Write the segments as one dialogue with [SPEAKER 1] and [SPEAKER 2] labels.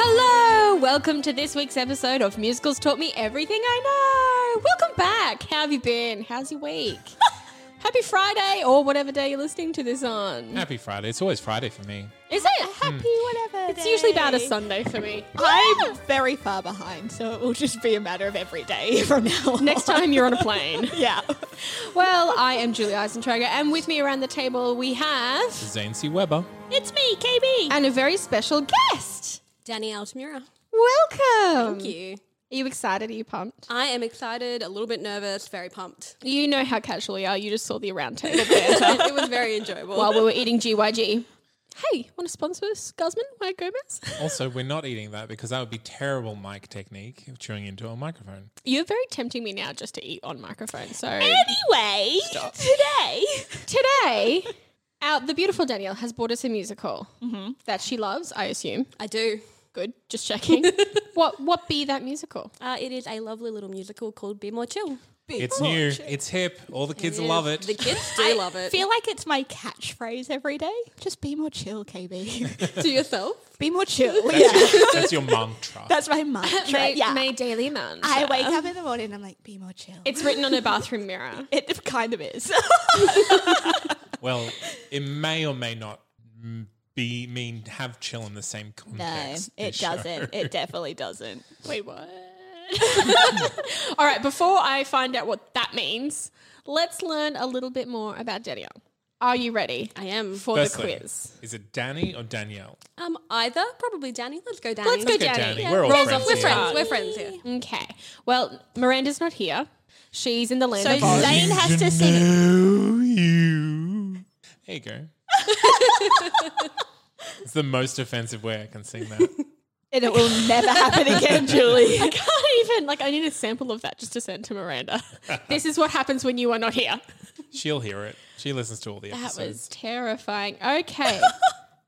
[SPEAKER 1] Hello! Welcome to this week's episode of Musicals Taught Me Everything I Know. Welcome back. How have you been? How's your week? Happy Friday or whatever day you're listening to this on.
[SPEAKER 2] Happy Friday. It's always Friday for me.
[SPEAKER 1] Is it? Happy whatever. It's usually about a Sunday for me.
[SPEAKER 3] I'm very far behind, so it will just be a matter of every day from now on.
[SPEAKER 1] Next time you're on a plane.
[SPEAKER 3] Yeah.
[SPEAKER 1] well, I am Julie Eisentrager, and with me around the table we have
[SPEAKER 2] Zane C. Weber.
[SPEAKER 4] It's me, KB.
[SPEAKER 1] and a very special guest.
[SPEAKER 4] Danny
[SPEAKER 2] Mm.
[SPEAKER 4] Altamira.
[SPEAKER 1] Welcome.
[SPEAKER 4] Thank you.
[SPEAKER 1] Are you excited? Are you pumped?
[SPEAKER 4] I am excited, a little bit nervous, very pumped.
[SPEAKER 1] You know how casual we are. You just saw the around table there.
[SPEAKER 4] it was very enjoyable.
[SPEAKER 1] while we were eating GYG. Hey, want to sponsor us, Guzman? Why Gomez?
[SPEAKER 2] Also, we're not eating that because that would be terrible mic technique of chewing into a microphone.
[SPEAKER 1] You're very tempting me now just to eat on microphone. So
[SPEAKER 4] anyway, today.
[SPEAKER 1] today, our, the beautiful Danielle has bought us a musical that she loves. I assume.
[SPEAKER 4] I do.
[SPEAKER 1] Mm-hmm. Good, just checking. what what be that musical?
[SPEAKER 4] Uh, it is a lovely little musical called Be More Chill.
[SPEAKER 2] It's new. It's hip. All the kids love it.
[SPEAKER 4] The kids do love it.
[SPEAKER 3] feel like it's my catchphrase every day. Just be more chill, KB.
[SPEAKER 4] to yourself.
[SPEAKER 3] be more chill. yeah.
[SPEAKER 2] That's your mantra.
[SPEAKER 3] That's my mantra.
[SPEAKER 1] May,
[SPEAKER 3] yeah.
[SPEAKER 1] May Daily Man.
[SPEAKER 3] I wake up in the morning and I'm like, be more chill.
[SPEAKER 1] It's written on a bathroom mirror.
[SPEAKER 3] it kind of is.
[SPEAKER 2] well, it may or may not mm, be mean have chill in the same context.
[SPEAKER 3] it
[SPEAKER 2] this show.
[SPEAKER 3] doesn't. It definitely doesn't.
[SPEAKER 1] Wait, what? All right, before I find out what that means, let's learn a little bit more about Danielle. Are you ready?
[SPEAKER 4] I am.
[SPEAKER 1] for
[SPEAKER 2] Firstly,
[SPEAKER 1] the quiz.
[SPEAKER 2] Is it Danny or Danielle?
[SPEAKER 4] Um, either. Probably Danny. Let's go Danny.
[SPEAKER 1] Let's go,
[SPEAKER 2] Let's go,
[SPEAKER 1] Danny.
[SPEAKER 2] Danny. We're all
[SPEAKER 4] Yeah,
[SPEAKER 2] friends.
[SPEAKER 4] We're
[SPEAKER 2] here.
[SPEAKER 4] friends. We're friends here.
[SPEAKER 1] Okay. Well, Miranda's not here. She's in the land
[SPEAKER 3] So
[SPEAKER 1] of Oz.
[SPEAKER 3] Zane has to sing it.
[SPEAKER 2] know you. There you go. it's the most offensive way I can sing that.
[SPEAKER 3] And it will never happen again, Julie.
[SPEAKER 1] I can't even like. I need a sample of that just to send to Miranda. this is what happens when you are not here.
[SPEAKER 2] She'll hear it. She listens to all the
[SPEAKER 1] That
[SPEAKER 2] episodes.
[SPEAKER 1] was terrifying. Okay.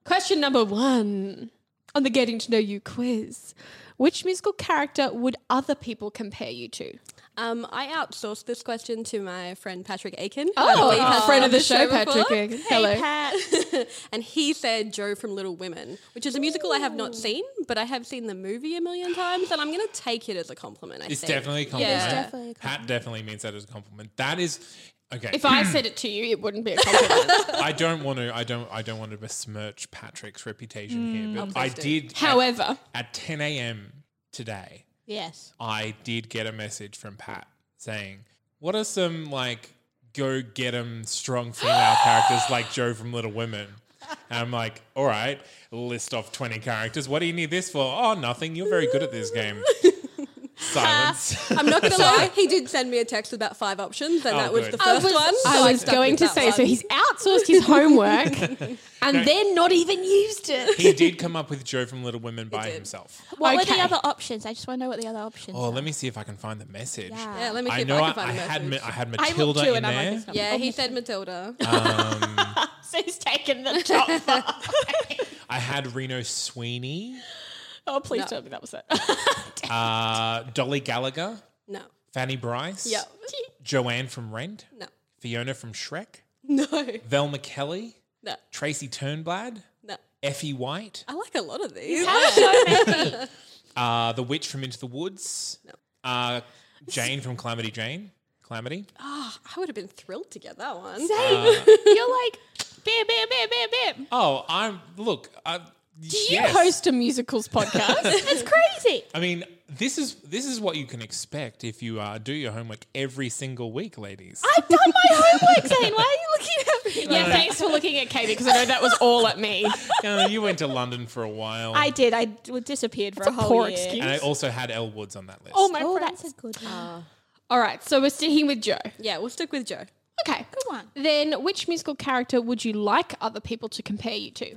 [SPEAKER 1] Question number one on the Getting to Know You quiz: Which musical character would other people compare you to?
[SPEAKER 4] Um, I outsourced this question to my friend Patrick Aiken.
[SPEAKER 1] Oh,
[SPEAKER 4] We've had
[SPEAKER 1] friend
[SPEAKER 4] him
[SPEAKER 1] of the
[SPEAKER 4] on
[SPEAKER 1] show,
[SPEAKER 4] before.
[SPEAKER 1] Patrick Aiken. Hello.
[SPEAKER 4] Pat. and he said Joe from Little Women, which is a musical I have not seen, but I have seen the movie a million times, and I'm going to take it as a compliment. I
[SPEAKER 2] It's
[SPEAKER 4] think.
[SPEAKER 2] definitely a compliment.
[SPEAKER 4] Yeah.
[SPEAKER 2] Pat definitely means that as a compliment. That is okay.
[SPEAKER 1] If I said it to you, it wouldn't be a compliment.
[SPEAKER 2] I don't want to, I don't, I don't want to besmirch Patrick's reputation here, but I
[SPEAKER 4] please
[SPEAKER 2] did. at-
[SPEAKER 1] However,
[SPEAKER 2] at, 10 a.m. today,
[SPEAKER 4] Yes.
[SPEAKER 2] I did get a message from Pat saying, "What are some like go get 'em strong female characters like Joe from Little Women?" And I'm like, "All right, list off 20 characters. What do you need this for? Oh, nothing. You're very good at this game." Silence.
[SPEAKER 4] I'm not going to lie, he did send me a text with about five options, and
[SPEAKER 2] Oh,
[SPEAKER 4] that was
[SPEAKER 2] good.
[SPEAKER 4] the
[SPEAKER 1] I
[SPEAKER 4] first
[SPEAKER 1] was,
[SPEAKER 4] one.
[SPEAKER 1] I
[SPEAKER 4] so
[SPEAKER 1] was
[SPEAKER 4] stuck
[SPEAKER 1] going
[SPEAKER 4] with
[SPEAKER 1] to
[SPEAKER 4] that
[SPEAKER 1] say, so
[SPEAKER 4] one.
[SPEAKER 1] he's outsourced his homework and then not even used it.
[SPEAKER 2] he did come up with Joe from Little Women by himself.
[SPEAKER 3] What were
[SPEAKER 1] Okay.
[SPEAKER 3] the other options? I just want to know what the other options
[SPEAKER 2] Oh,
[SPEAKER 3] are.
[SPEAKER 2] let me see if I can find the message.
[SPEAKER 4] Yeah, let me see
[SPEAKER 2] I
[SPEAKER 4] if
[SPEAKER 2] know
[SPEAKER 4] I
[SPEAKER 2] I,
[SPEAKER 4] can find
[SPEAKER 2] I
[SPEAKER 4] a
[SPEAKER 2] had
[SPEAKER 4] message.
[SPEAKER 2] Ma- I Uh, had
[SPEAKER 1] I looked
[SPEAKER 2] Matilda
[SPEAKER 1] too
[SPEAKER 2] in
[SPEAKER 1] and I'm like,
[SPEAKER 2] there.
[SPEAKER 1] it's not
[SPEAKER 4] yeah, he said Matilda.
[SPEAKER 1] So he's taken the top. five.
[SPEAKER 2] I had Reno Sweeney,
[SPEAKER 1] oh, please tell me that was it.
[SPEAKER 2] uh, Dolly Gallagher,
[SPEAKER 4] no.
[SPEAKER 2] Fanny Bryce,
[SPEAKER 4] Yeah.
[SPEAKER 2] Joanne from Rent,
[SPEAKER 4] No.
[SPEAKER 2] Fiona from Shrek,
[SPEAKER 4] No.
[SPEAKER 2] Velma Kelly,
[SPEAKER 4] No.
[SPEAKER 2] Tracy Turnblad,
[SPEAKER 4] No.
[SPEAKER 2] Effie White,
[SPEAKER 4] I like a lot of these.
[SPEAKER 2] uh, the witch from Into the Woods,
[SPEAKER 4] No.
[SPEAKER 2] uh, Jane from Calamity Jane, Calamity, Uh,
[SPEAKER 4] I would have been thrilled to get that one.
[SPEAKER 1] You're like,
[SPEAKER 3] Bam, bam, bam, bam, bam.
[SPEAKER 2] Oh, I'm look. uh, I,
[SPEAKER 1] Do you host a musicals podcast?
[SPEAKER 3] It's crazy.
[SPEAKER 2] I mean, this is this is what you can expect if you uh, do your homework every single week, ladies.
[SPEAKER 3] I've done my homework, Zane. Why are you looking at me?
[SPEAKER 1] yeah, thanks for looking at Katie because I know that was all at me.
[SPEAKER 2] Uh, you went to London for a while,
[SPEAKER 3] I did. I d- disappeared for a, whole
[SPEAKER 1] poor
[SPEAKER 3] year.
[SPEAKER 1] excuse.
[SPEAKER 2] and I also had Elle Woods on that list.
[SPEAKER 1] All my
[SPEAKER 3] Oh,
[SPEAKER 1] friends.
[SPEAKER 3] that's a good one.
[SPEAKER 1] All right, so we're sticking with Joe.
[SPEAKER 4] Yeah, we'll stick with Joe.
[SPEAKER 1] Okay.
[SPEAKER 3] good one.
[SPEAKER 1] Then, which musical character would you like other people to compare you to?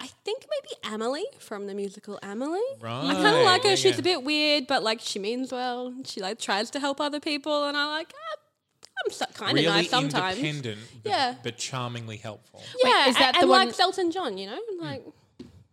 [SPEAKER 4] I think maybe Amelie from the musical Amelie.
[SPEAKER 2] Right.
[SPEAKER 4] I kind of like her.
[SPEAKER 2] Oh, Yeah,
[SPEAKER 4] She's
[SPEAKER 2] yeah.
[SPEAKER 4] a bit weird, but like she means well. She like tries to help other people, and I like. ah, I'm so, kind of
[SPEAKER 2] really
[SPEAKER 4] nice sometimes.
[SPEAKER 2] independent, but,
[SPEAKER 4] Yeah.
[SPEAKER 2] but charmingly helpful.
[SPEAKER 4] Yeah,
[SPEAKER 1] is that
[SPEAKER 4] and,
[SPEAKER 1] the
[SPEAKER 4] and
[SPEAKER 1] one-
[SPEAKER 4] like Elton John, you know, like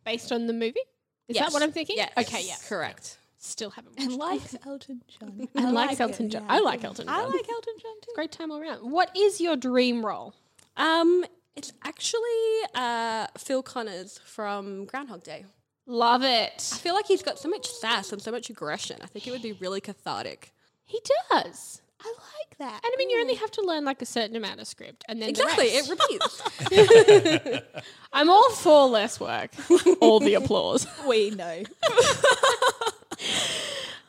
[SPEAKER 1] Based on the movie? Is
[SPEAKER 4] Yes.
[SPEAKER 1] that what I'm thinking?
[SPEAKER 4] Yeah.
[SPEAKER 1] Okay, yeah.
[SPEAKER 4] correct.
[SPEAKER 1] Still haven't watched
[SPEAKER 3] And
[SPEAKER 1] it.
[SPEAKER 3] likes Elton John.
[SPEAKER 1] I like Elton John. I like Elton
[SPEAKER 3] I
[SPEAKER 1] John.
[SPEAKER 3] like Elton John too.
[SPEAKER 1] Great time all around. What is your dream role?
[SPEAKER 4] Um, it's actually uh, Phil Connors from Groundhog Day.
[SPEAKER 1] Love
[SPEAKER 4] I
[SPEAKER 1] it.
[SPEAKER 4] feel like he's got so much sass and so much aggression. I think it would be really cathartic.
[SPEAKER 1] He does.
[SPEAKER 3] I like that.
[SPEAKER 1] And I mean, you only have to learn like a certain amount of script, and then
[SPEAKER 4] Exactly,
[SPEAKER 1] The
[SPEAKER 4] it
[SPEAKER 1] rest.
[SPEAKER 4] repeats.
[SPEAKER 1] I'm all for less work. all the applause.
[SPEAKER 3] we know.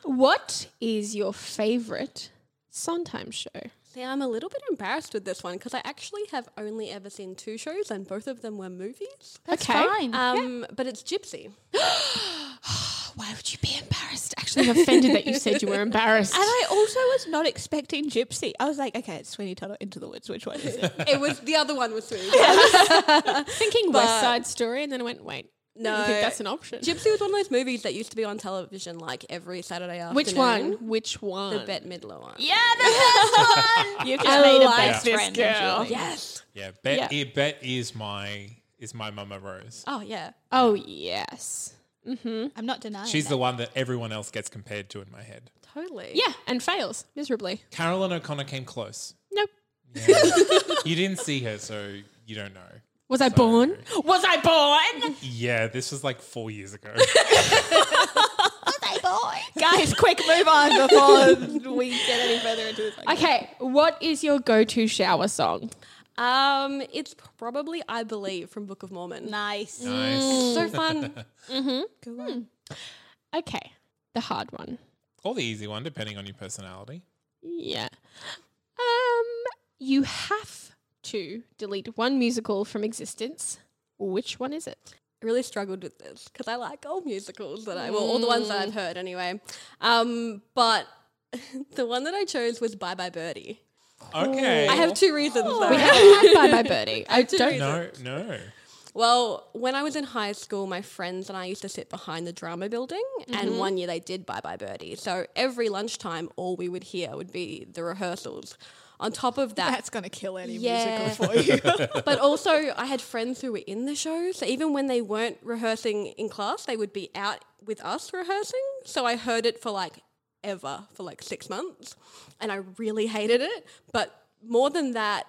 [SPEAKER 1] What is your favorite Sondheim show?
[SPEAKER 4] See, I'm a little bit embarrassed with this one because I actually have only ever seen two shows, and both of them were movies.
[SPEAKER 3] That's
[SPEAKER 1] Okay. Uh,
[SPEAKER 3] fine.
[SPEAKER 4] Um, but it's Gypsy.
[SPEAKER 1] Why would you be embarrassed? Actually, I'm offended that you said you were embarrassed.
[SPEAKER 3] and I also was not expecting Gypsy. I was like, okay, it's Sweeney Todd or Into the Woods. Which one is it?
[SPEAKER 4] It was the other one was Sweeney.
[SPEAKER 1] thinking West Side Story, and then I went, wait, I
[SPEAKER 4] No.
[SPEAKER 1] don't think that's an option.
[SPEAKER 4] Gypsy was one of those movies that used to be on television like every Saturday afternoon.
[SPEAKER 1] Which one? Which one?
[SPEAKER 4] The Bette Midler one.
[SPEAKER 3] yeah, the first one. You've just
[SPEAKER 1] I
[SPEAKER 3] made a
[SPEAKER 1] like
[SPEAKER 3] best
[SPEAKER 1] this
[SPEAKER 3] friend.
[SPEAKER 1] girl.
[SPEAKER 3] Julie.
[SPEAKER 4] Yes.
[SPEAKER 2] Yeah, Bet, i- Bet is my is my Mama Rose.
[SPEAKER 4] Oh yeah.
[SPEAKER 1] Oh yes,
[SPEAKER 3] I'm not denying.
[SPEAKER 2] She's
[SPEAKER 3] that.
[SPEAKER 2] the one that everyone else gets compared to in my head.
[SPEAKER 4] Totally.
[SPEAKER 1] yeah, and fails miserably.
[SPEAKER 2] Carolyn O'Connor came close.
[SPEAKER 1] Nope.
[SPEAKER 2] You didn't see her, so you don't know.
[SPEAKER 1] Was I born? Was I born?
[SPEAKER 2] Yeah, this was like four years ago.
[SPEAKER 3] Hey, boy. Guys, quick, move on before we get any further into this.
[SPEAKER 1] okay, what is your go-to shower song?
[SPEAKER 4] Um, it's probably I believe from Book of Mormon.
[SPEAKER 3] Nice.
[SPEAKER 2] nice.
[SPEAKER 4] So fun.
[SPEAKER 3] Good one.
[SPEAKER 1] Okay, the hard one.
[SPEAKER 2] Or the easy one, depending on your personality.
[SPEAKER 1] Yeah. Um, you have to delete one musical from existence. Which one is it?
[SPEAKER 4] I really struggled with this because I like old musicals that I well, all the ones that I've heard anyway. Um, but the one that I chose was Bye Bye Birdie.
[SPEAKER 2] Okay.
[SPEAKER 4] I have two reasons. though.
[SPEAKER 1] We haven't had Bye Bye Birdie. I don't know.
[SPEAKER 2] no, no.
[SPEAKER 4] Well, when I was in high school, my friends and I used to sit behind the drama building, and one year they did Bye Bye Birdie. So every lunchtime, all we would hear would be the rehearsals. On top of that,
[SPEAKER 3] That's gonna kill any
[SPEAKER 4] Yeah.
[SPEAKER 3] musical for you.
[SPEAKER 4] but also I had friends who were in the show, so even when they weren't rehearsing in class, they would be out with us rehearsing. So I heard it for like ever, for like six months, and I really hated it. But more than that,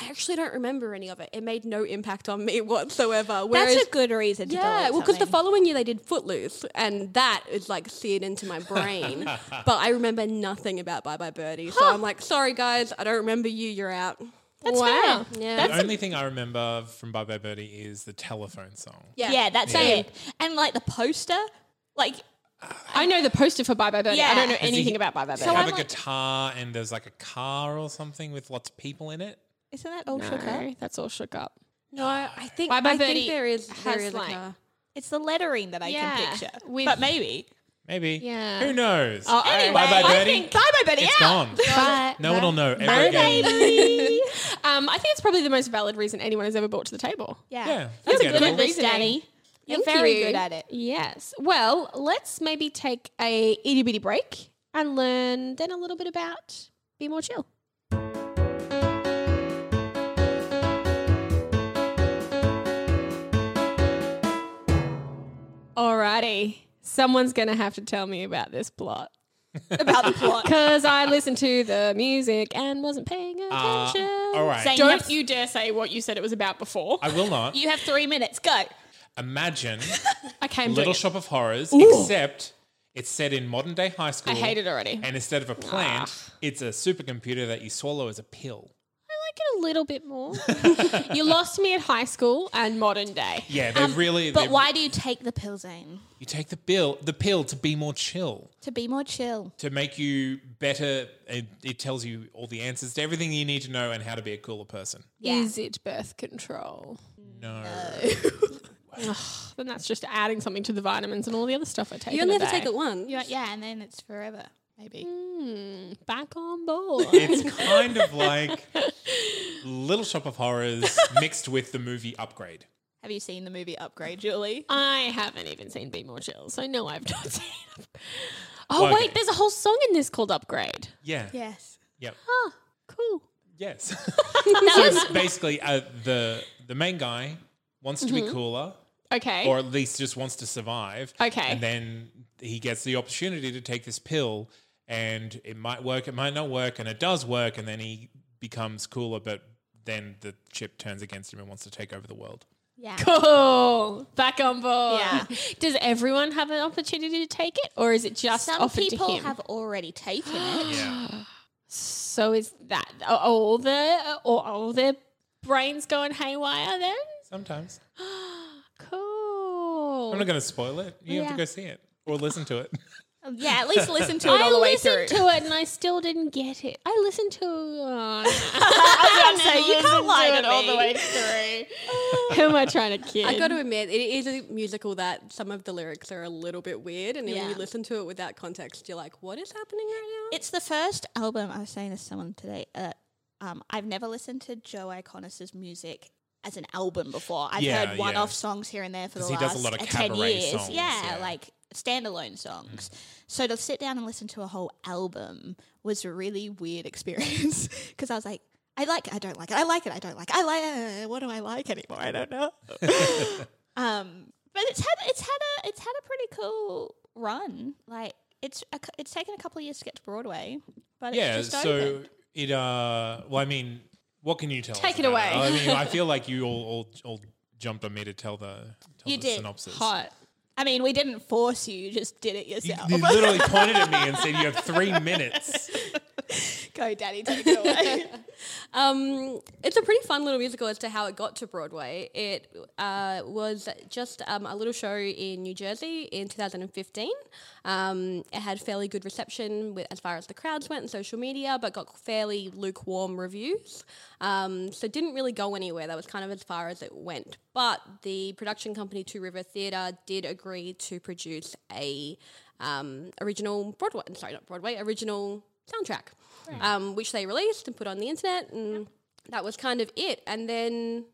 [SPEAKER 4] I actually don't remember any of it. It made no impact on me whatsoever. Whereas
[SPEAKER 3] That's a good reason to
[SPEAKER 4] yeah,
[SPEAKER 3] delete
[SPEAKER 4] well, because the
[SPEAKER 3] something.
[SPEAKER 4] following year they did Footloose, and that is like seared into my brain. but I remember nothing about Bye Bye Birdie, so I'm like, sorry guys, I don't remember you. You're out.
[SPEAKER 1] That's
[SPEAKER 3] Wow.
[SPEAKER 1] fair.
[SPEAKER 4] Yeah,
[SPEAKER 2] The only thing I remember from Bye Bye Birdie is the telephone song.
[SPEAKER 3] Yeah, that's it. And like the poster, like
[SPEAKER 1] I know the poster for Bye Bye Birdie. I don't know
[SPEAKER 3] Yeah.
[SPEAKER 2] he-
[SPEAKER 1] anything about Bye Bye Birdie.
[SPEAKER 2] They have
[SPEAKER 3] I'm
[SPEAKER 2] a
[SPEAKER 3] like-
[SPEAKER 2] guitar and there's like a car or something with lots of people in it.
[SPEAKER 3] isn't that all shook up?
[SPEAKER 1] no, that's all shook up.
[SPEAKER 4] No, I think
[SPEAKER 1] Bye Bye
[SPEAKER 4] I
[SPEAKER 1] Birdie
[SPEAKER 4] think there is there
[SPEAKER 1] has,
[SPEAKER 4] is a
[SPEAKER 1] like-
[SPEAKER 4] car.
[SPEAKER 3] It's the lettering that I
[SPEAKER 1] Yeah,
[SPEAKER 3] can picture.
[SPEAKER 1] with-
[SPEAKER 3] but maybe.
[SPEAKER 2] Maybe.
[SPEAKER 1] Yeah.
[SPEAKER 2] Who knows?
[SPEAKER 3] Anyway,
[SPEAKER 2] Bye Bye
[SPEAKER 3] I
[SPEAKER 2] Birdie.
[SPEAKER 3] think bye bye Birdie
[SPEAKER 2] It's
[SPEAKER 3] out.
[SPEAKER 2] gone. No one will know ever again.
[SPEAKER 3] Baby.
[SPEAKER 1] Um, I think it's probably the most valid reason anyone has ever brought to the table.
[SPEAKER 2] Yeah.
[SPEAKER 3] yeah.
[SPEAKER 2] That's
[SPEAKER 1] a good
[SPEAKER 3] Good
[SPEAKER 1] one.
[SPEAKER 3] at this,
[SPEAKER 1] Reasoning.
[SPEAKER 3] Danny. You're
[SPEAKER 4] Thank
[SPEAKER 3] very
[SPEAKER 4] you.
[SPEAKER 3] good at it.
[SPEAKER 1] Yes. Well, let's maybe take a itty bitty break and learn then a little bit about Be More Chill. Alrighty. Someone's going to have to tell me about this plot.
[SPEAKER 3] About the plot.
[SPEAKER 1] Because I listened to the music and wasn't paying attention.
[SPEAKER 3] Ah,
[SPEAKER 2] Uh, all right.
[SPEAKER 3] Zane, you,
[SPEAKER 1] Don't
[SPEAKER 3] have,
[SPEAKER 1] you dare say what you said it was about before.
[SPEAKER 2] I will not.
[SPEAKER 3] you have three minutes. Go.
[SPEAKER 2] Imagine
[SPEAKER 1] Okay, I'm
[SPEAKER 2] Little
[SPEAKER 1] doing it.
[SPEAKER 2] Shop of Horrors, except it's set in modern day high school.
[SPEAKER 1] I hate it already.
[SPEAKER 2] And instead of a plant, it's a supercomputer that you swallow as a pill.
[SPEAKER 1] it a little bit more. you lost me at high school and modern day.
[SPEAKER 2] Yeah, they really.
[SPEAKER 5] But
[SPEAKER 2] they-
[SPEAKER 5] why do you take the pill, Zane?
[SPEAKER 2] You take the pill, the pill to be more chill,
[SPEAKER 5] To be more chill.
[SPEAKER 2] to make you better. It, it tells you all the answers to everything you need to know and how to be a cooler person.
[SPEAKER 1] Is it birth control?
[SPEAKER 2] No.
[SPEAKER 1] Then that's just adding something to the vitamins and all the other stuff I take.
[SPEAKER 4] You'll
[SPEAKER 1] in a
[SPEAKER 4] never
[SPEAKER 1] day.
[SPEAKER 4] take it once.
[SPEAKER 5] You're like, yeah, and then it's forever, maybe.
[SPEAKER 1] Back on board.
[SPEAKER 2] It's kind of like Little Shop of Horrors mixed with the movie Upgrade.
[SPEAKER 5] Have you seen the movie Upgrade, Julie? Um,
[SPEAKER 1] I haven't even seen Be More Chill, so no, I've not seen it. Oh,
[SPEAKER 2] Okay.
[SPEAKER 1] wait, there's a whole song in this called Upgrade.
[SPEAKER 2] Yeah.
[SPEAKER 5] Yes.
[SPEAKER 2] Yep.
[SPEAKER 1] Huh, cool.
[SPEAKER 2] Yes. so it's basically uh, the the main guy wants to be cooler,
[SPEAKER 1] Mm-hmm. Okay.
[SPEAKER 2] or at least just wants to survive.
[SPEAKER 1] Okay.
[SPEAKER 2] And then he gets the opportunity to take this pill, and it might work, it might not work, and it does work, and then he becomes cooler, but then the chip turns against him and wants to take over the world.
[SPEAKER 5] Yeah.
[SPEAKER 1] cool. Oh, Back on board.
[SPEAKER 5] Yeah.
[SPEAKER 1] Does everyone have an opportunity to take it, or is it just
[SPEAKER 5] Some
[SPEAKER 1] offered to
[SPEAKER 5] people
[SPEAKER 1] him?
[SPEAKER 5] have already taken it.
[SPEAKER 2] Yeah.
[SPEAKER 1] so is that are all their are all their brains going haywire then?
[SPEAKER 2] Sometimes.
[SPEAKER 1] Cool.
[SPEAKER 2] I'm not going to spoil it.
[SPEAKER 1] Oh,
[SPEAKER 2] You have to
[SPEAKER 5] Yeah.
[SPEAKER 2] go see it or listen to it.
[SPEAKER 5] Yeah, at least listen to it
[SPEAKER 1] I
[SPEAKER 5] all the way through.
[SPEAKER 1] listened to it and I still didn't get it. I listened to. Oh,
[SPEAKER 5] I was going to say, you can't lie to
[SPEAKER 1] it all the
[SPEAKER 5] me.
[SPEAKER 1] way no. Who am I trying to kid?
[SPEAKER 4] I got to admit, it is a musical that some of the lyrics are a little bit weird, and
[SPEAKER 5] Yeah.
[SPEAKER 4] when you listen to it without context, you're like, "What is happening right now?"
[SPEAKER 5] It's the first album I was saying to someone today. Uh, um, I've never listened to Joe Iconis's music as an album before. I've
[SPEAKER 2] Yeah,
[SPEAKER 5] heard one-off
[SPEAKER 2] yeah.
[SPEAKER 5] songs here and there for the
[SPEAKER 2] 'Cause he
[SPEAKER 5] last
[SPEAKER 2] does a lot of
[SPEAKER 5] uh, ten
[SPEAKER 2] cabaret
[SPEAKER 5] years.
[SPEAKER 2] songs,
[SPEAKER 5] yeah,
[SPEAKER 2] yeah. Mm-hmm.
[SPEAKER 5] like standalone songs. So to sit down and listen to a whole album was a really weird experience because I was like. I like it. I don't like it. I like it. I don't like it. I like. Uh, what do I like anymore? I don't know. Um, but it's had it's had a it's had a pretty cool run. Like it's a, cou- it's taken a couple of years to get to Broadway, but
[SPEAKER 2] yeah.
[SPEAKER 5] it's just
[SPEAKER 2] so
[SPEAKER 5] opened.
[SPEAKER 2] it. Uh. Well, I mean, what can you tell?
[SPEAKER 1] Take
[SPEAKER 2] us
[SPEAKER 1] it
[SPEAKER 2] about
[SPEAKER 1] away.
[SPEAKER 2] I mean, I feel like you all all, all jumped on me to tell the tell
[SPEAKER 5] You
[SPEAKER 2] the
[SPEAKER 5] did.
[SPEAKER 2] synopsis.
[SPEAKER 1] hot.
[SPEAKER 5] I mean, we didn't force you; you just did it
[SPEAKER 2] You,
[SPEAKER 5] yourself.
[SPEAKER 2] you literally pointed at me and said, "You have three minutes."
[SPEAKER 5] Go, Daddy, take it away.
[SPEAKER 4] Um, it's a pretty fun little musical as to how it got to Broadway. It uh, was just um, a little show in New Jersey in 2015. Um, it had fairly good reception with, as far as the crowds went and social media, but got fairly lukewarm reviews. Um, so it didn't really go anywhere. That was kind of as far as it went. But the production company Two River Theatre did agree to produce a um, original Broadway, sorry, not Broadway, original soundtrack, um, which they released and put on the internet, and that was kind of it. And then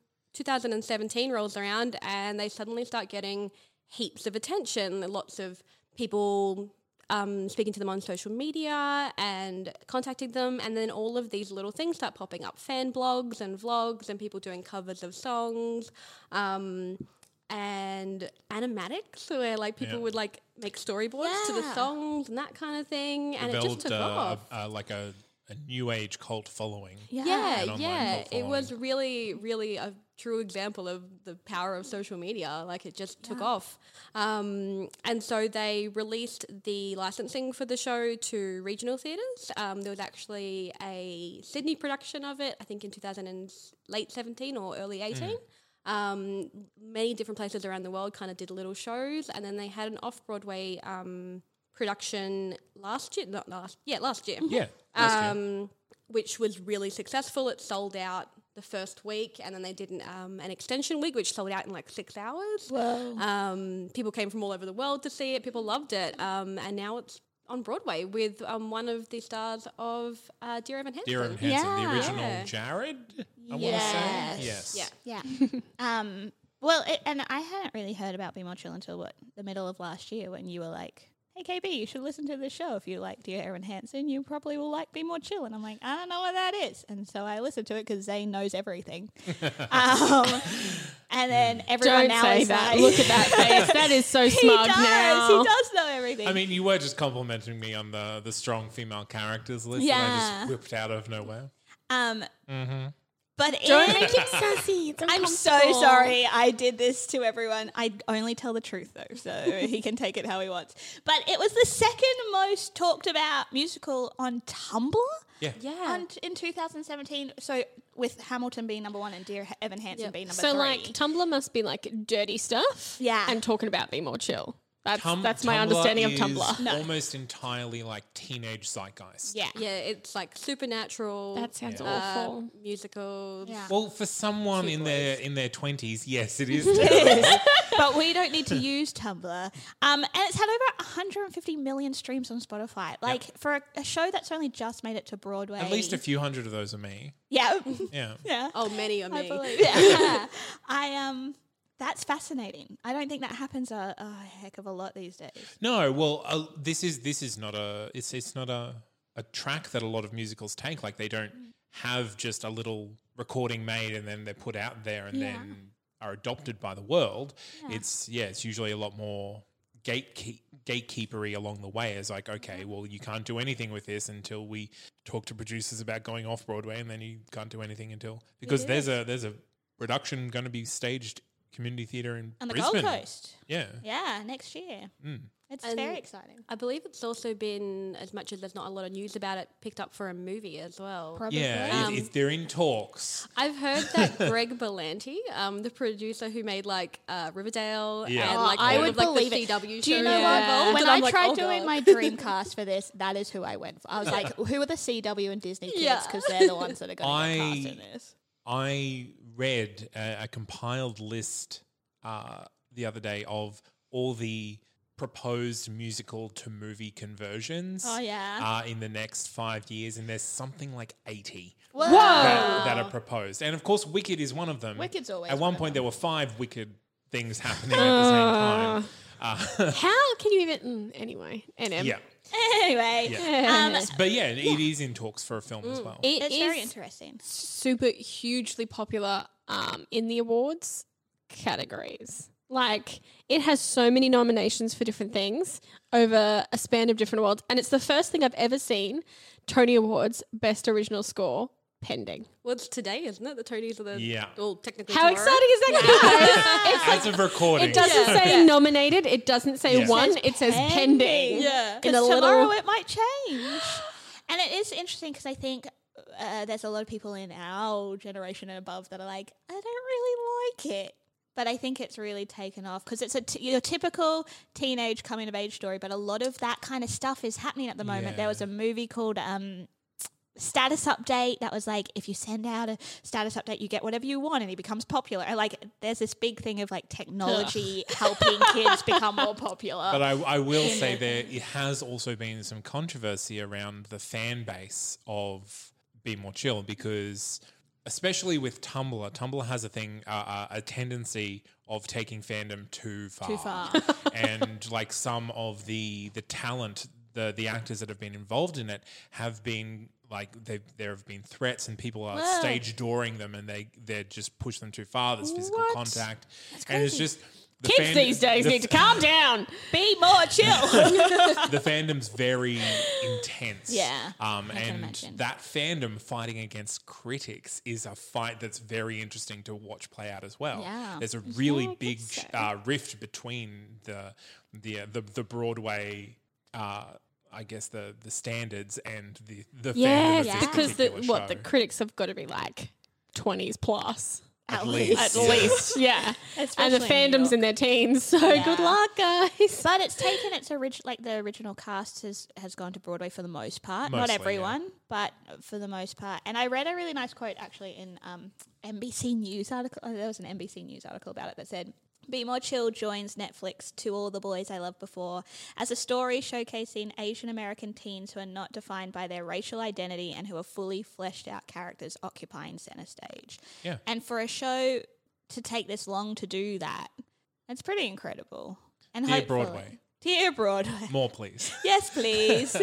[SPEAKER 4] 2017 rolls around, and they suddenly start getting heaps of attention. Lots of people um, speaking to them on social media and contacting them, and then all of these little things start popping up: fan blogs and vlogs, and people doing covers of songs. Um, and animatics where like people
[SPEAKER 2] Yeah.
[SPEAKER 4] would like make storyboards to the
[SPEAKER 5] Yeah.
[SPEAKER 4] songs and that kind of thing and it just
[SPEAKER 2] Developed
[SPEAKER 4] took
[SPEAKER 2] uh,
[SPEAKER 4] off
[SPEAKER 2] a, a, like a, a new age cult following.
[SPEAKER 4] yeah,
[SPEAKER 2] An online
[SPEAKER 4] yeah.
[SPEAKER 2] cult
[SPEAKER 4] It was really, really a true example of the power of social media. Like it just took off. Um, and so they released the licensing for the show to regional theatres. Um, there was actually a Sydney production of it, I think in 2000 and late 17 or early 18. Um, many different places around the world kind of did little shows, and then they had an off Broadway um, production last year, not last, yeah, last year
[SPEAKER 2] Yeah. last year.
[SPEAKER 4] um, which was really successful. It sold out the first week, and then they did an, um, an extension week, which sold out in like six hours. Um, people came from all over the world to see it. People loved it, um, and now it's on Broadway with um, one of the stars of uh, Dear Evan Hansen.
[SPEAKER 2] Dear Evan Hansen, the
[SPEAKER 5] Yeah.
[SPEAKER 2] original
[SPEAKER 4] Yeah.
[SPEAKER 2] Jared. I want to
[SPEAKER 5] Yes.
[SPEAKER 2] say yes.
[SPEAKER 4] Yeah.
[SPEAKER 5] yeah. Um. Well, it, and I hadn't really heard about Be More Chill until what the middle of last year when you were like, "Hey, KB, you should listen to this show. If you like Dear Erin Hansen, you probably will like Be More Chill." And I'm like, "I don't know what that is." And so I listened to it because Zane knows everything. um, and then
[SPEAKER 2] Hmm.
[SPEAKER 5] everyone
[SPEAKER 1] Don't
[SPEAKER 5] now
[SPEAKER 1] say
[SPEAKER 5] is
[SPEAKER 1] that.
[SPEAKER 5] like,
[SPEAKER 1] Look at that face. That is so
[SPEAKER 5] He
[SPEAKER 1] smug
[SPEAKER 5] does.
[SPEAKER 1] now.
[SPEAKER 5] He does know everything.
[SPEAKER 2] I mean, you were just complimenting me on the the strong female characters list that I
[SPEAKER 5] Yeah.
[SPEAKER 2] just whipped out of nowhere.
[SPEAKER 5] um,
[SPEAKER 2] Mm-hmm.
[SPEAKER 5] but
[SPEAKER 1] Don't
[SPEAKER 5] it-
[SPEAKER 1] make him sassy. It's
[SPEAKER 5] I'm so
[SPEAKER 1] uncomfortable.
[SPEAKER 5] sorry. I did this to everyone. I only tell the truth though, so he can take it how he wants. But it was the second most talked about musical on Tumblr
[SPEAKER 2] Yeah.
[SPEAKER 4] Yeah.
[SPEAKER 5] on, in 2017. So with Hamilton being number one and Dear H- Evan Hansen
[SPEAKER 4] Yep.
[SPEAKER 5] being number
[SPEAKER 1] So
[SPEAKER 5] three.
[SPEAKER 1] like Tumblr must be like dirty stuff.
[SPEAKER 5] Yeah.
[SPEAKER 1] And talking about be more chill. That's
[SPEAKER 2] Tum-
[SPEAKER 1] that's my
[SPEAKER 2] Tumblr
[SPEAKER 1] understanding of
[SPEAKER 2] is
[SPEAKER 1] Tumblr.
[SPEAKER 2] Almost entirely like teenage zeitgeist.
[SPEAKER 1] Yeah.
[SPEAKER 4] Yeah, it's like supernatural.
[SPEAKER 1] That sounds
[SPEAKER 4] uh,
[SPEAKER 1] awful.
[SPEAKER 4] Musicals.
[SPEAKER 5] Yeah.
[SPEAKER 2] Well, for someone in their in their twenties, yes, it is. terrible.
[SPEAKER 5] but we don't need to use Tumblr. Um, and it's had over 150 million streams on Spotify. Like for a, a show that's only just made it to Broadway.
[SPEAKER 2] At least a few hundred of those are me.
[SPEAKER 5] Yeah.
[SPEAKER 2] Yeah.
[SPEAKER 5] yeah.
[SPEAKER 4] Oh, many are
[SPEAKER 5] I
[SPEAKER 4] me.
[SPEAKER 5] believe. Yeah. I um that's fascinating. I don't think that happens a, a heck of a lot these days.
[SPEAKER 2] No, well, uh, this is this is not a it's it's not a a track that a lot of musicals take. Like they don't have just a little recording made and then they're put out there and then are adopted by the world. It's yeah, it's usually a lot more gatekeep gatekeepery along the way. Is like okay, well, you can't do anything with this until we talk to producers about going off Broadway, and then you can't do anything until because there's a there's a production going to be staged community theater in
[SPEAKER 5] On the
[SPEAKER 2] Brisbane. Mm.
[SPEAKER 5] Gold Coast.
[SPEAKER 2] Yeah.
[SPEAKER 5] Yeah, next year. It's
[SPEAKER 4] And-
[SPEAKER 5] very exciting.
[SPEAKER 4] I believe it's also been, as much as there's not a lot of news about it, picked up for a movie as well.
[SPEAKER 2] Yeah, it, it's, they're in talks.
[SPEAKER 4] I've heard that Greg Berlanti, um, the producer who made like uh, Riverdale
[SPEAKER 2] Yeah.
[SPEAKER 4] and
[SPEAKER 2] Oh,
[SPEAKER 4] like
[SPEAKER 2] I
[SPEAKER 4] all
[SPEAKER 2] would
[SPEAKER 4] of, like, the
[SPEAKER 5] it.
[SPEAKER 4] CW
[SPEAKER 5] Do you
[SPEAKER 4] shows
[SPEAKER 5] know
[SPEAKER 4] are involved,
[SPEAKER 5] what? When
[SPEAKER 4] and
[SPEAKER 5] I
[SPEAKER 4] I'm like,
[SPEAKER 5] tried
[SPEAKER 4] oh,
[SPEAKER 5] doing
[SPEAKER 4] God.
[SPEAKER 5] my dream cast for this, that is who I went for. I was like, who are the CW and Disney kids?
[SPEAKER 4] Yeah.
[SPEAKER 5] Because they're the ones that are going to
[SPEAKER 2] I
[SPEAKER 5] get cast in this.
[SPEAKER 2] I read a, a compiled list uh, the other day of all the proposed musical to movie conversions.
[SPEAKER 5] Oh, yeah.
[SPEAKER 2] uh, in the next five years, and there's something like eighty.
[SPEAKER 5] Whoa!
[SPEAKER 2] That, that are proposed, and of course, Wicked is one of them.
[SPEAKER 5] Wicked's always
[SPEAKER 2] At
[SPEAKER 5] one
[SPEAKER 2] one point, there were five Wicked things happening at the same time. Uh,
[SPEAKER 1] How can you even mm, anyway? NM.
[SPEAKER 2] yeah,
[SPEAKER 5] anyway, um,
[SPEAKER 2] but yeah, it is in talks for a film as well.
[SPEAKER 1] It
[SPEAKER 5] it's very
[SPEAKER 1] is
[SPEAKER 5] interesting.
[SPEAKER 1] super hugely popular um, in the awards categories. Like it has so many nominations for different things over a span of different awards, and it's the first thing I've ever seen Tony Awards Best Original Score pending.
[SPEAKER 4] Well, it's today, isn't it? The Tonys are the
[SPEAKER 2] Yeah.
[SPEAKER 4] Well, technically,
[SPEAKER 1] How
[SPEAKER 4] tomorrow.
[SPEAKER 1] exciting is that, guys? It's like-
[SPEAKER 2] As of recording,
[SPEAKER 1] it doesn't
[SPEAKER 4] Yeah.
[SPEAKER 1] say nominated. It doesn't say
[SPEAKER 2] Yeah.
[SPEAKER 1] won. It says pending.
[SPEAKER 4] Yeah.
[SPEAKER 1] In
[SPEAKER 5] Because
[SPEAKER 1] a
[SPEAKER 5] tomorrow
[SPEAKER 1] little.
[SPEAKER 5] it might change. and it is interesting because I think uh, there's a lot of people in our generation and above that are like, I don't really like it. But I think it's really taken off because it's a t- your typical teenage coming of age story. But a lot of that kind of stuff is happening at the moment. There was a movie called um, Status Update that was like, if you send out a status update, you get whatever you want, and he becomes popular. And like, there's this big thing of like technology helping kids become more popular.
[SPEAKER 2] But I, I will say there it has also been some controversy around the fan base of Be More Chill because, especially with Tumblr, Tumblr has a thing, uh, uh, a tendency of taking fandom too far. Too far. and like some of the the talent, the the actors that have been involved in it have been. Like they, there have been threats and people are stage dooring them and they they just push them too far. There's physical contact, and it's just the
[SPEAKER 1] Kids
[SPEAKER 2] fan-
[SPEAKER 1] these days
[SPEAKER 2] the
[SPEAKER 1] need to calm down.
[SPEAKER 5] Be more chill.
[SPEAKER 2] the fandom's very intense.
[SPEAKER 5] Yeah,
[SPEAKER 2] Um,
[SPEAKER 5] I can
[SPEAKER 2] and
[SPEAKER 5] imagine.
[SPEAKER 2] that fandom fighting against critics is a fight that's very interesting to watch play out as well.
[SPEAKER 5] Yeah.
[SPEAKER 2] There's a really big uh, rift between the the uh, the, the Broadway. Uh, I guess the the standards and the the fandom
[SPEAKER 1] Yes,
[SPEAKER 2] of this
[SPEAKER 1] because the,
[SPEAKER 2] particular
[SPEAKER 1] what the
[SPEAKER 2] show.
[SPEAKER 1] critics have got to be like twenties plus.
[SPEAKER 2] at least,
[SPEAKER 1] at
[SPEAKER 2] yeah.
[SPEAKER 1] least, yeah.
[SPEAKER 5] Especially
[SPEAKER 1] and the
[SPEAKER 5] in New
[SPEAKER 1] fandom's in, their teens, so good luck, guys.
[SPEAKER 5] but it's taken its orig- like the original cast has has gone to Broadway for the most part. Not
[SPEAKER 2] Mostly, yeah.
[SPEAKER 5] everyone, but for the most part. And I read a really nice quote actually in um, NBC News article. oh, there was an NBC News article about it that said. Be More Chill joins Netflix to All the Boys I Loved Before as a story showcasing Asian American teens who are not defined by their racial identity and who are fully fleshed out characters occupying center stage.
[SPEAKER 2] Yeah.
[SPEAKER 5] And for a show to take this long to do that, it's pretty incredible. And
[SPEAKER 2] Dear
[SPEAKER 5] hopefully-
[SPEAKER 2] Broadway.
[SPEAKER 5] Dear Broadway.
[SPEAKER 2] more please.
[SPEAKER 5] yes, please.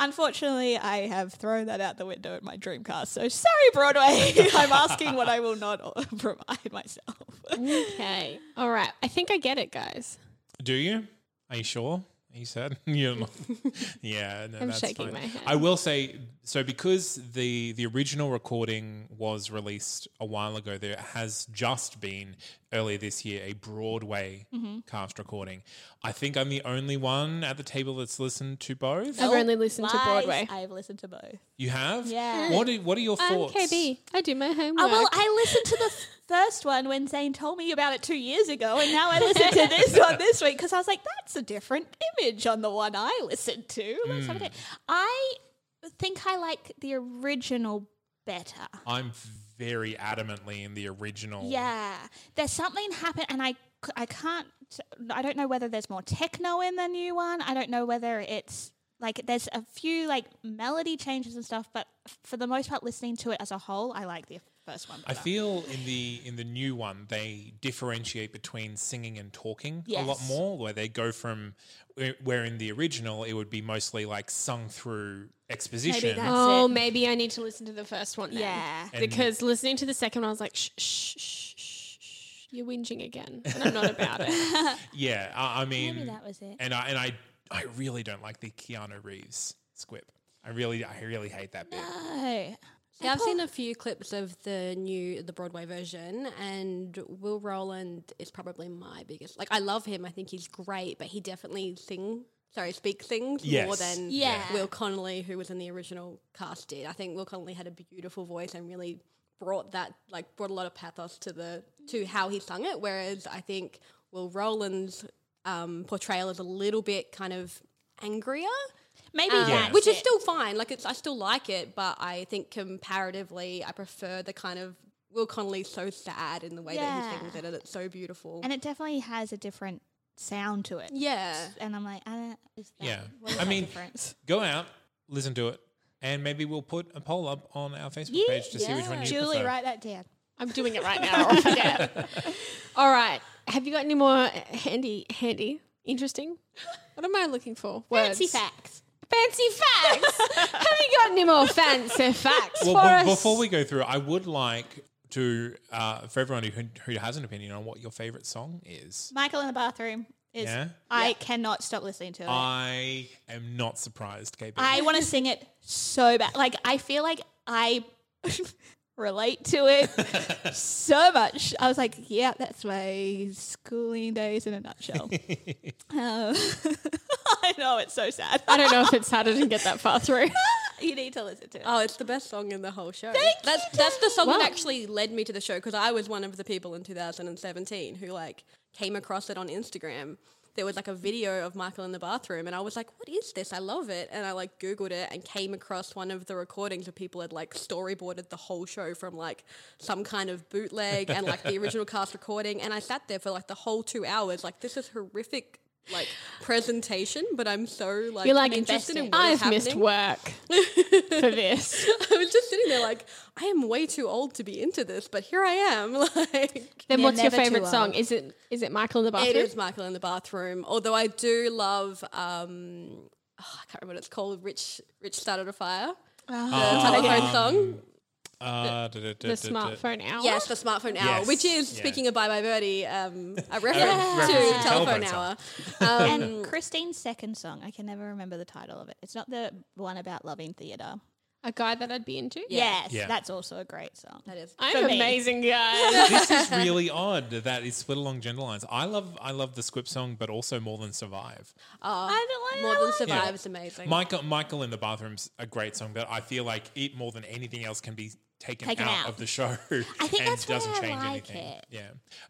[SPEAKER 5] Unfortunately, I have thrown that out the window at my Dreamcast. So sorry, Broadway. I'm asking what I will not provide myself.
[SPEAKER 1] Okay, all right. I think I get it, guys.
[SPEAKER 2] Do you? Are you sure? He said, "You're not- "Yeah, no,
[SPEAKER 1] I'm
[SPEAKER 2] that's
[SPEAKER 1] shaking
[SPEAKER 2] fine."
[SPEAKER 1] my head.
[SPEAKER 2] I will say so because the the original recording was released a while ago. There has just been earlier this year a Broadway
[SPEAKER 1] Mm-hmm.
[SPEAKER 2] cast recording. I think I'm the only one at the table that's listened to both.
[SPEAKER 1] I've only listened
[SPEAKER 5] Lies.
[SPEAKER 1] to Broadway.
[SPEAKER 5] I've listened to both.
[SPEAKER 2] You have?
[SPEAKER 5] Yeah.
[SPEAKER 2] What are, what are your
[SPEAKER 1] I'm
[SPEAKER 2] thoughts?
[SPEAKER 1] KB. I do my homework.
[SPEAKER 5] Oh, well, I listened to the first one when Zane told me about it two years ago, and now I listen to this one this week because I was like, that's a different image on the one I listened to. Let's
[SPEAKER 2] Mm.
[SPEAKER 5] have a go. I think I like the original better.
[SPEAKER 2] I'm very adamantly in the original.
[SPEAKER 5] Yeah, there's something happened, and I c- I can't. I don't know whether there's more techno in the new one. I don't know whether it's like there's a few like melody changes and stuff, but for the most part, listening to it as a whole, I like the first one.
[SPEAKER 2] I
[SPEAKER 5] better.
[SPEAKER 2] feel in the in the new one they differentiate between singing and talking a lot
[SPEAKER 5] Yes.
[SPEAKER 2] more, where they go from where- where in the original it would be mostly like sung through exposition.
[SPEAKER 5] that's-
[SPEAKER 1] Oh,
[SPEAKER 5] it.
[SPEAKER 1] maybe I need to listen to the first one. Then.
[SPEAKER 5] Yeah.
[SPEAKER 2] And-
[SPEAKER 1] because listening to the second one, I was like, shh, shh, shh, shh, shh, you're whinging again, and I'm not about it.
[SPEAKER 2] yeah, I, I mean,
[SPEAKER 5] Maybe that was it.
[SPEAKER 2] And I and I I really don't like the Keanu Reeves squib. I really I really hate that bit.
[SPEAKER 5] Oh,
[SPEAKER 4] Yeah, I've seen a few clips of the new the Broadway version, and Will Rowland is probably my biggest. Like, I love him. I think he's great, but he definitely sing sorry speak things more
[SPEAKER 2] Yes.
[SPEAKER 4] than
[SPEAKER 5] Yeah.
[SPEAKER 4] Will Connolly, who was in the original cast, did. I think Will Connolly had a beautiful voice and really brought that like brought a lot of pathos to the to how he sung it. Whereas I think Will Rowland's um, portrayal is a little bit kind of angrier
[SPEAKER 5] maybe that's
[SPEAKER 4] which is
[SPEAKER 5] it.
[SPEAKER 4] still fine. Like it's, I still like it, but I think comparatively, I prefer the kind of Will Connolly's so sad in the way that
[SPEAKER 5] Yeah.
[SPEAKER 4] he sings it, and it's so beautiful.
[SPEAKER 5] and it definitely has a different sound to it.
[SPEAKER 4] yeah,
[SPEAKER 5] and I'm like, I don't. Is that,
[SPEAKER 2] Yeah.
[SPEAKER 5] what is
[SPEAKER 2] I
[SPEAKER 5] that
[SPEAKER 2] mean,
[SPEAKER 5] difference?
[SPEAKER 2] Go out, listen to it, and maybe we'll put a poll up on our Facebook page to see which one you
[SPEAKER 5] Julie,
[SPEAKER 2] prefer.
[SPEAKER 5] write that down.
[SPEAKER 1] I'm doing it right now. or I forget. All right, have you got any more handy, handy, interesting? What am I looking for?
[SPEAKER 5] Fancy
[SPEAKER 1] Words.
[SPEAKER 5] facts.
[SPEAKER 1] Fancy facts. have you got any more fancy facts
[SPEAKER 2] Well,
[SPEAKER 1] for
[SPEAKER 2] be-
[SPEAKER 1] us?
[SPEAKER 2] before we go through, I would like to uh, for everyone who who has an opinion on what your favorite song is.
[SPEAKER 5] Michael in the bathroom is.
[SPEAKER 2] Yeah?
[SPEAKER 5] I cannot stop listening to it.
[SPEAKER 2] I am not surprised, KB.
[SPEAKER 5] I want to sing it so bad. Like I feel like I relate to it so much. I was like, yeah, that's my schooling days in a nutshell. um, I know it's so sad.
[SPEAKER 1] I don't know if it's how I didn't get that far through.
[SPEAKER 5] you need to listen to it.
[SPEAKER 4] oh, it's the best song in the whole show. that's that's the song that actually led me to the show because I was one of the people in 2017 who like came across it on Instagram. There was like a video of Michael in the bathroom, and I was like, "What is this? I love it!" And I like googled it and came across one of the recordings where people had like storyboarded the whole show from like some kind of bootleg and like the original cast recording. And I sat there for like the whole two hours, like this is horrific, like presentation. But I'm so like,
[SPEAKER 1] You're like,
[SPEAKER 4] interested in what is
[SPEAKER 1] I've missed
[SPEAKER 4] happening."
[SPEAKER 1] work for this.
[SPEAKER 4] I was just sitting there like, I am way too old to be into this, but here I am. Like,
[SPEAKER 1] Then
[SPEAKER 5] They're
[SPEAKER 1] what's your
[SPEAKER 5] never too
[SPEAKER 1] favorite song?
[SPEAKER 5] old.
[SPEAKER 1] Is it is it Michael in the bathroom?
[SPEAKER 4] it is Michael in the bathroom. Although I do love, um, oh, I can't remember what it's called. Rich, Rich started a fire.
[SPEAKER 1] Oh,
[SPEAKER 4] the telephone
[SPEAKER 2] Ah.
[SPEAKER 4] song.
[SPEAKER 2] Uh, da- da- da-
[SPEAKER 1] the
[SPEAKER 2] da- da-
[SPEAKER 1] smartphone hour.
[SPEAKER 4] Yes, the smartphone hour,
[SPEAKER 2] Yes.
[SPEAKER 4] which is
[SPEAKER 2] Yeah.
[SPEAKER 4] speaking of Bye Bye Birdie, um, a reference to
[SPEAKER 2] reference to
[SPEAKER 4] telephone,
[SPEAKER 2] telephone
[SPEAKER 4] hour.
[SPEAKER 5] and Christine's second song, I can never remember the title of it. It's not the one about loving theatre.
[SPEAKER 1] a guy that I'd be into.
[SPEAKER 5] Yes,
[SPEAKER 2] Yeah.
[SPEAKER 5] that's also a great song.
[SPEAKER 4] That is.
[SPEAKER 1] I'm
[SPEAKER 5] me.
[SPEAKER 1] amazing guy.
[SPEAKER 2] this is really odd that it's split along gender lines. I love I love the Squib song, but also More Than Survive.
[SPEAKER 5] I don't
[SPEAKER 4] More
[SPEAKER 5] like
[SPEAKER 4] than
[SPEAKER 5] that
[SPEAKER 4] survive is amazing.
[SPEAKER 2] Michael Michael in the bathroom's a great song, but I feel like it more than anything else can be taken,
[SPEAKER 5] Taken
[SPEAKER 2] out,
[SPEAKER 5] out.
[SPEAKER 2] of the show.
[SPEAKER 5] I think
[SPEAKER 2] and
[SPEAKER 5] that's why
[SPEAKER 2] doesn't
[SPEAKER 5] I
[SPEAKER 2] change
[SPEAKER 5] like
[SPEAKER 2] anything.
[SPEAKER 5] it.
[SPEAKER 2] Yeah,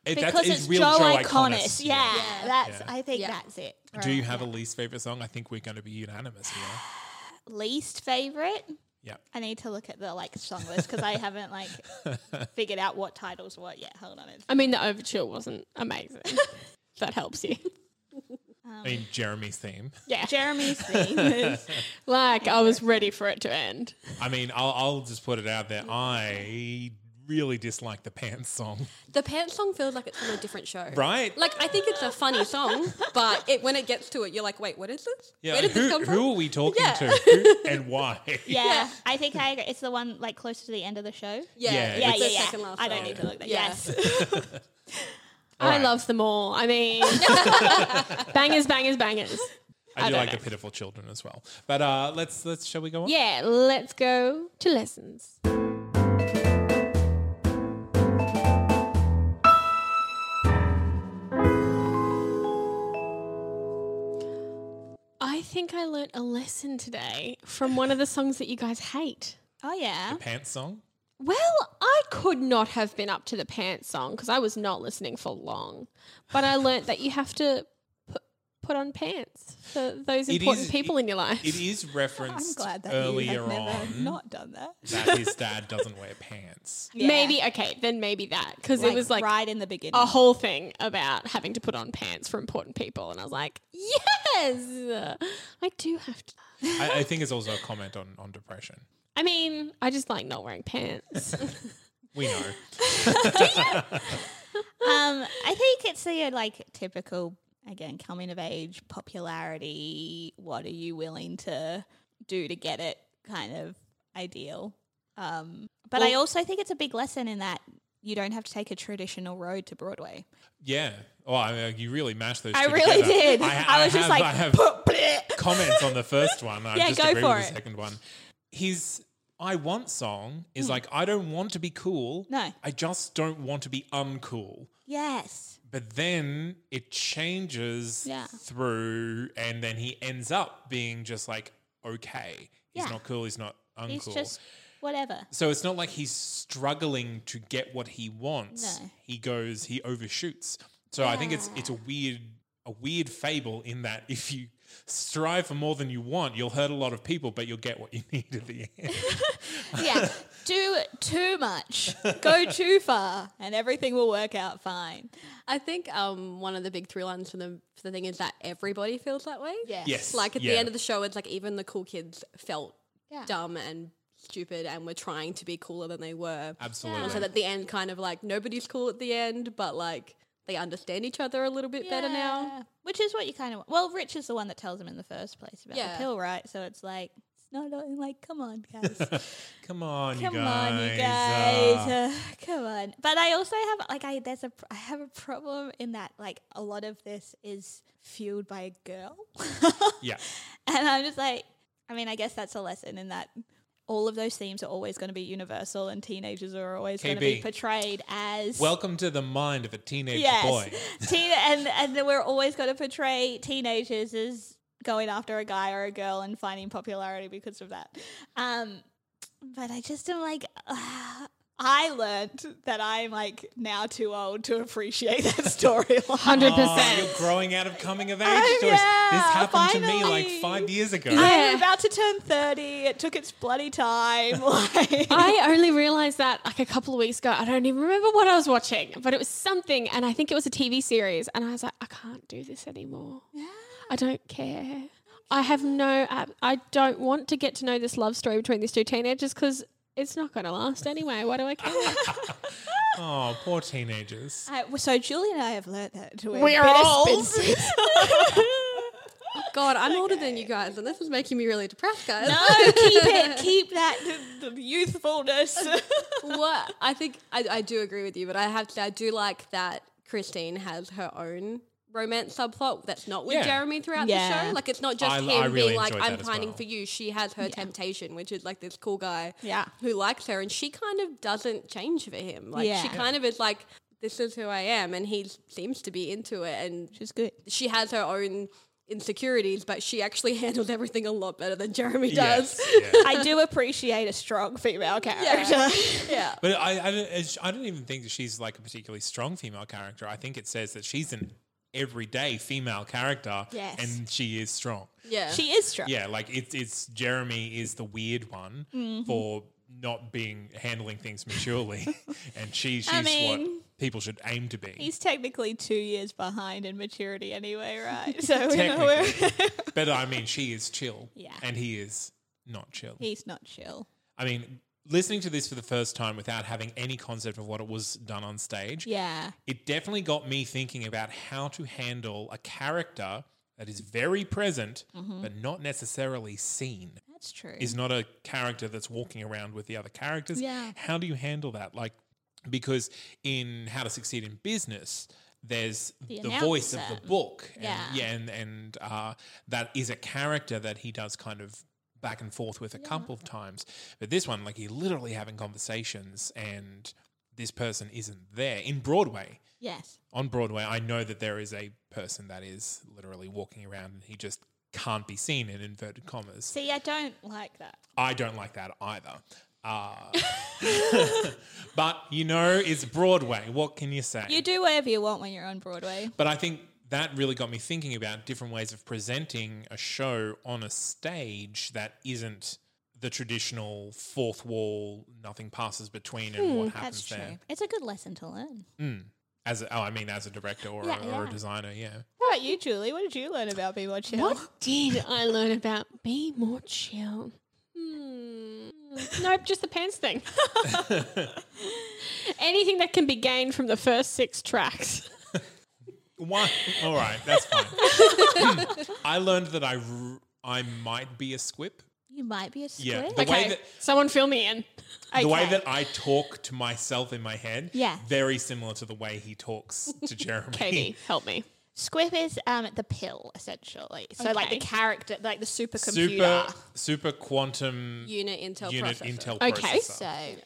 [SPEAKER 2] It- that
[SPEAKER 5] because
[SPEAKER 2] is
[SPEAKER 5] it's Joe, Iconis.
[SPEAKER 2] Iconis.
[SPEAKER 5] Yeah, that's.
[SPEAKER 2] Yeah.
[SPEAKER 5] I think
[SPEAKER 4] Yeah.
[SPEAKER 5] that's it.
[SPEAKER 2] Do you have a least favorite song? I think we're going to be unanimous here.
[SPEAKER 5] least favorite?
[SPEAKER 2] Yeah.
[SPEAKER 5] I need to look at the like song list because I haven't like figured out what titles what yet. Hold on, it's
[SPEAKER 1] I mean, the overture wasn't amazing. that helps you.
[SPEAKER 2] I mean, Jeremy's theme.
[SPEAKER 1] Yeah,
[SPEAKER 5] Jeremy's theme. is-
[SPEAKER 1] like I was ready for it to end.
[SPEAKER 2] I mean, I'll, I'll just put it out there. I really dislike the pants song.
[SPEAKER 4] The pants song feels like it's from a different show.
[SPEAKER 2] Right?
[SPEAKER 4] Like, I think it's a funny song, but it, when it gets to it, you're like, wait, what is this?
[SPEAKER 2] Yeah,
[SPEAKER 4] Where did
[SPEAKER 2] who,
[SPEAKER 4] this come from?
[SPEAKER 2] who are we talking to Who- and why?
[SPEAKER 5] yeah, I think I agree. It's the one like closer to the end of the show.
[SPEAKER 2] Yeah,
[SPEAKER 4] Yeah,
[SPEAKER 5] yeah,
[SPEAKER 2] it's
[SPEAKER 5] yeah.
[SPEAKER 4] the
[SPEAKER 5] yeah.
[SPEAKER 4] second last
[SPEAKER 5] I don't
[SPEAKER 4] song.
[SPEAKER 5] need to look that.
[SPEAKER 4] Yeah.
[SPEAKER 5] Yes,
[SPEAKER 1] I
[SPEAKER 2] All right.
[SPEAKER 1] love them all. I mean, bangers, bangers, bangers.
[SPEAKER 2] I,
[SPEAKER 1] don't
[SPEAKER 2] do like
[SPEAKER 1] know.
[SPEAKER 2] the pitiful children as well. But uh, let's let's shall we go on?
[SPEAKER 1] Yeah, let's go to lessons. I think I learnt a lesson today from one of the songs that you guys hate.
[SPEAKER 5] Oh yeah.
[SPEAKER 2] Pants song?
[SPEAKER 1] Well, I could not have been up to the pants song because I was not listening for long. But I learnt that you have to pu- put on pants for those
[SPEAKER 2] It
[SPEAKER 1] important
[SPEAKER 2] is-
[SPEAKER 1] people in your life.
[SPEAKER 2] It is referenced
[SPEAKER 5] I'm glad that you
[SPEAKER 2] earlier
[SPEAKER 5] have never
[SPEAKER 2] on
[SPEAKER 5] not done that.
[SPEAKER 2] that his dad doesn't wear pants.
[SPEAKER 5] Yeah.
[SPEAKER 1] Maybe, okay, then maybe that because it was like
[SPEAKER 5] right in the beginning.
[SPEAKER 1] a whole thing about having to put on pants for important people. And I was like, yes, I do have to.
[SPEAKER 2] I, I think it's also a comment on, on depression.
[SPEAKER 1] I mean, I just like not wearing pants.
[SPEAKER 2] We know.
[SPEAKER 5] um, I think it's the like typical again coming of age popularity. What are you willing to do to get it? Kind of ideal. Um, but I also think it's a big lesson in that you don't have to take a traditional road to Broadway.
[SPEAKER 2] Yeah. Well, I mean, you really mashed those.
[SPEAKER 5] I
[SPEAKER 2] two
[SPEAKER 5] really
[SPEAKER 2] together.
[SPEAKER 5] did.
[SPEAKER 2] ha-
[SPEAKER 5] I was just like,
[SPEAKER 2] I have comments on the first one. I
[SPEAKER 5] Yeah,
[SPEAKER 2] just
[SPEAKER 5] go
[SPEAKER 2] agree
[SPEAKER 5] for
[SPEAKER 2] with
[SPEAKER 5] it.
[SPEAKER 2] the second one. His "I Want" song is like, I don't want to be cool.
[SPEAKER 5] Hmm. No.
[SPEAKER 2] I just don't want to be uncool.
[SPEAKER 5] yes.
[SPEAKER 2] But then it changes
[SPEAKER 5] Yeah.
[SPEAKER 2] through, and then he ends up being just like, okay, he's
[SPEAKER 5] Yeah.
[SPEAKER 2] not Mm, cool. He's not uncool.
[SPEAKER 5] It's just whatever.
[SPEAKER 2] So it's not like he's struggling to get what he wants.
[SPEAKER 5] No.
[SPEAKER 2] He goes, he overshoots. So I think it's it's a weird a weird fable in that if you strive for more than you want, you'll hurt a lot of people, but you'll get what you need at the end.
[SPEAKER 5] Yeah. do too much. Go too far and everything will work out fine.
[SPEAKER 4] I think um, one of the big through lines for the for the thing is that everybody feels that way.
[SPEAKER 5] Yeah.
[SPEAKER 2] yes.
[SPEAKER 4] Like at
[SPEAKER 2] yeah.
[SPEAKER 4] the end of the show, it's like even the cool kids felt
[SPEAKER 5] Yeah.
[SPEAKER 4] dumb and stupid and were trying to be cooler than they were.
[SPEAKER 2] Absolutely.
[SPEAKER 4] And so at the end, kind of like nobody's cool at the end, but like they understand each other a little bit better now.
[SPEAKER 5] Yeah. Which is what you kind of want. Well, Rich is the one that tells him in the first place about
[SPEAKER 4] Yeah.
[SPEAKER 5] the pill, right? So it's like, it's not all- like, come on, guys.
[SPEAKER 2] Come on,
[SPEAKER 5] come
[SPEAKER 2] you guys.
[SPEAKER 5] on, you
[SPEAKER 2] uh,
[SPEAKER 5] guys. Uh, come on. But I also have, like, I, there's a, pr- I have a problem in that, like, a lot of this is fueled by a girl.
[SPEAKER 2] yeah.
[SPEAKER 5] And I'm just like, I mean, I guess that's a lesson in that all of those themes are always going to be universal and teenagers are always going to be
[SPEAKER 2] KB.
[SPEAKER 5] portrayed as.
[SPEAKER 2] Welcome to the mind of a teenage
[SPEAKER 5] yes.
[SPEAKER 2] boy.
[SPEAKER 5] Teen- and, and then we're always going to portray teenagers as going after a guy or a girl and finding popularity because of that. Um, but I just am like, uh, I learned that I'm like now too old to appreciate that storyline.
[SPEAKER 1] 100%.
[SPEAKER 2] Oh, you're growing out of coming of age
[SPEAKER 5] Oh,
[SPEAKER 2] stories. this
[SPEAKER 5] yeah,
[SPEAKER 2] happened to me like
[SPEAKER 5] finally.
[SPEAKER 2] five years ago.
[SPEAKER 5] I'm about to turn 30. It took its bloody time. Like,
[SPEAKER 1] I only realized that like a couple of weeks ago. I don't even remember what I was watching, but it was something, and I think it was a TV series. And I was like, I can't do this anymore. I don't care. I have no. ab- I don't want to get to know this love story between these two teenagers because it's not going to last anyway. Why do I care?
[SPEAKER 2] Oh, poor teenagers.
[SPEAKER 5] I, well, so Julie and I have learnt that we're,
[SPEAKER 1] We are
[SPEAKER 5] bitter
[SPEAKER 1] old.
[SPEAKER 5] spinsters.
[SPEAKER 4] God, I'm older than you guys, and this is making me really depressed, guys.
[SPEAKER 5] no, keep it, keep that the, the youthfulness.
[SPEAKER 4] what I think I, I do agree with you, but I have to I do like that Christine has her own romance subplot that's not with
[SPEAKER 2] Yeah.
[SPEAKER 4] Jeremy throughout the
[SPEAKER 5] Yeah.
[SPEAKER 4] show. Like it's not just
[SPEAKER 2] I-
[SPEAKER 4] him
[SPEAKER 2] I really
[SPEAKER 4] being like,
[SPEAKER 2] enjoyed
[SPEAKER 4] I'm
[SPEAKER 2] that as
[SPEAKER 4] pining
[SPEAKER 2] well.
[SPEAKER 4] for you. She has her temptation, which is like this cool guy
[SPEAKER 5] Yeah.
[SPEAKER 4] who likes her and she kind of doesn't change for him. Like
[SPEAKER 5] Yeah.
[SPEAKER 4] she kind of is like, This is who I am and he seems to be into it and
[SPEAKER 5] Which is good.
[SPEAKER 4] she has her own insecurities, but she actually handles everything a lot better than Jeremy does.
[SPEAKER 2] Yes. yeah.
[SPEAKER 5] I do appreciate a strong female character.
[SPEAKER 4] yeah.
[SPEAKER 2] But I, I, don't, it's- I don't even think that she's like a particularly strong female character. I think it says that she's an everyday female character
[SPEAKER 5] Yes.
[SPEAKER 2] and she is strong.
[SPEAKER 4] Yeah.
[SPEAKER 5] She is strong.
[SPEAKER 2] Yeah, like it's, it's Jeremy is the weird one
[SPEAKER 5] Mm-hmm.
[SPEAKER 2] for not being handling things maturely. and she, she's
[SPEAKER 5] I mean-
[SPEAKER 2] what people should aim to be.
[SPEAKER 5] He's technically two years behind in maturity anyway, right? So you know, we're,
[SPEAKER 2] technically. but I mean, she is chill.
[SPEAKER 5] Yeah.
[SPEAKER 2] And he is not chill.
[SPEAKER 5] he's not chill.
[SPEAKER 2] I mean, listening to this for the first time without having any concept of what it was done on stage,
[SPEAKER 5] Yeah.
[SPEAKER 2] it definitely got me thinking about how to handle a character that is very present
[SPEAKER 5] Mm-hmm.
[SPEAKER 2] but not necessarily seen.
[SPEAKER 5] That's true.
[SPEAKER 2] Is not a character that's walking around with the other characters.
[SPEAKER 5] Yeah.
[SPEAKER 2] How do you handle that? Like, because in How to Succeed in Business, there's the,
[SPEAKER 5] The
[SPEAKER 2] voice of
[SPEAKER 5] announcer.
[SPEAKER 2] the book. And,
[SPEAKER 5] Yeah.
[SPEAKER 2] yeah. And, and uh, that is a character that he does kind of back and forth with a couple of times. But this one, like, you're literally having conversations and this person isn't there. In Broadway,
[SPEAKER 5] yes.
[SPEAKER 2] on Broadway, I know that there is a person that is literally walking around and he just can't be seen in inverted commas.
[SPEAKER 5] See, I don't like that.
[SPEAKER 2] I don't like that either. Uh, but you know, it's Broadway. What can you say?
[SPEAKER 5] You do whatever you want when you're on Broadway.
[SPEAKER 2] But I think that really got me thinking about different ways of presenting a show on a stage that isn't the traditional fourth wall, nothing passes between, and what happens
[SPEAKER 5] Hmm, That's true.
[SPEAKER 2] there.
[SPEAKER 5] It's a good lesson to learn.
[SPEAKER 2] As a, oh, I mean, as a director or,
[SPEAKER 5] Yeah,
[SPEAKER 2] a, or a
[SPEAKER 5] yeah.
[SPEAKER 2] designer, yeah.
[SPEAKER 5] How about you, Julie? What did you learn about Be More Chill?
[SPEAKER 1] What did I learn about be more chill? Hmm. Nope, just the pants thing. Anything that can be gained from the first six tracks.
[SPEAKER 2] One. All right, that's fine. I learned that I r- I might be a squip.
[SPEAKER 5] You might be a squid.
[SPEAKER 2] Yeah, the way
[SPEAKER 1] Okay,
[SPEAKER 2] that
[SPEAKER 1] someone fill me in.
[SPEAKER 2] the way that I talk to myself in my head,
[SPEAKER 5] Yeah.
[SPEAKER 2] very similar to the way he talks to Jeremy.
[SPEAKER 1] Katie, help me.
[SPEAKER 5] Squib is um, the pill, essentially. So, like the
[SPEAKER 1] Okay.
[SPEAKER 5] character, like the
[SPEAKER 2] super
[SPEAKER 5] supercomputer.
[SPEAKER 2] super quantum
[SPEAKER 4] Unit Intel
[SPEAKER 2] unit
[SPEAKER 4] processor.
[SPEAKER 2] intel
[SPEAKER 1] Okay.
[SPEAKER 2] processor.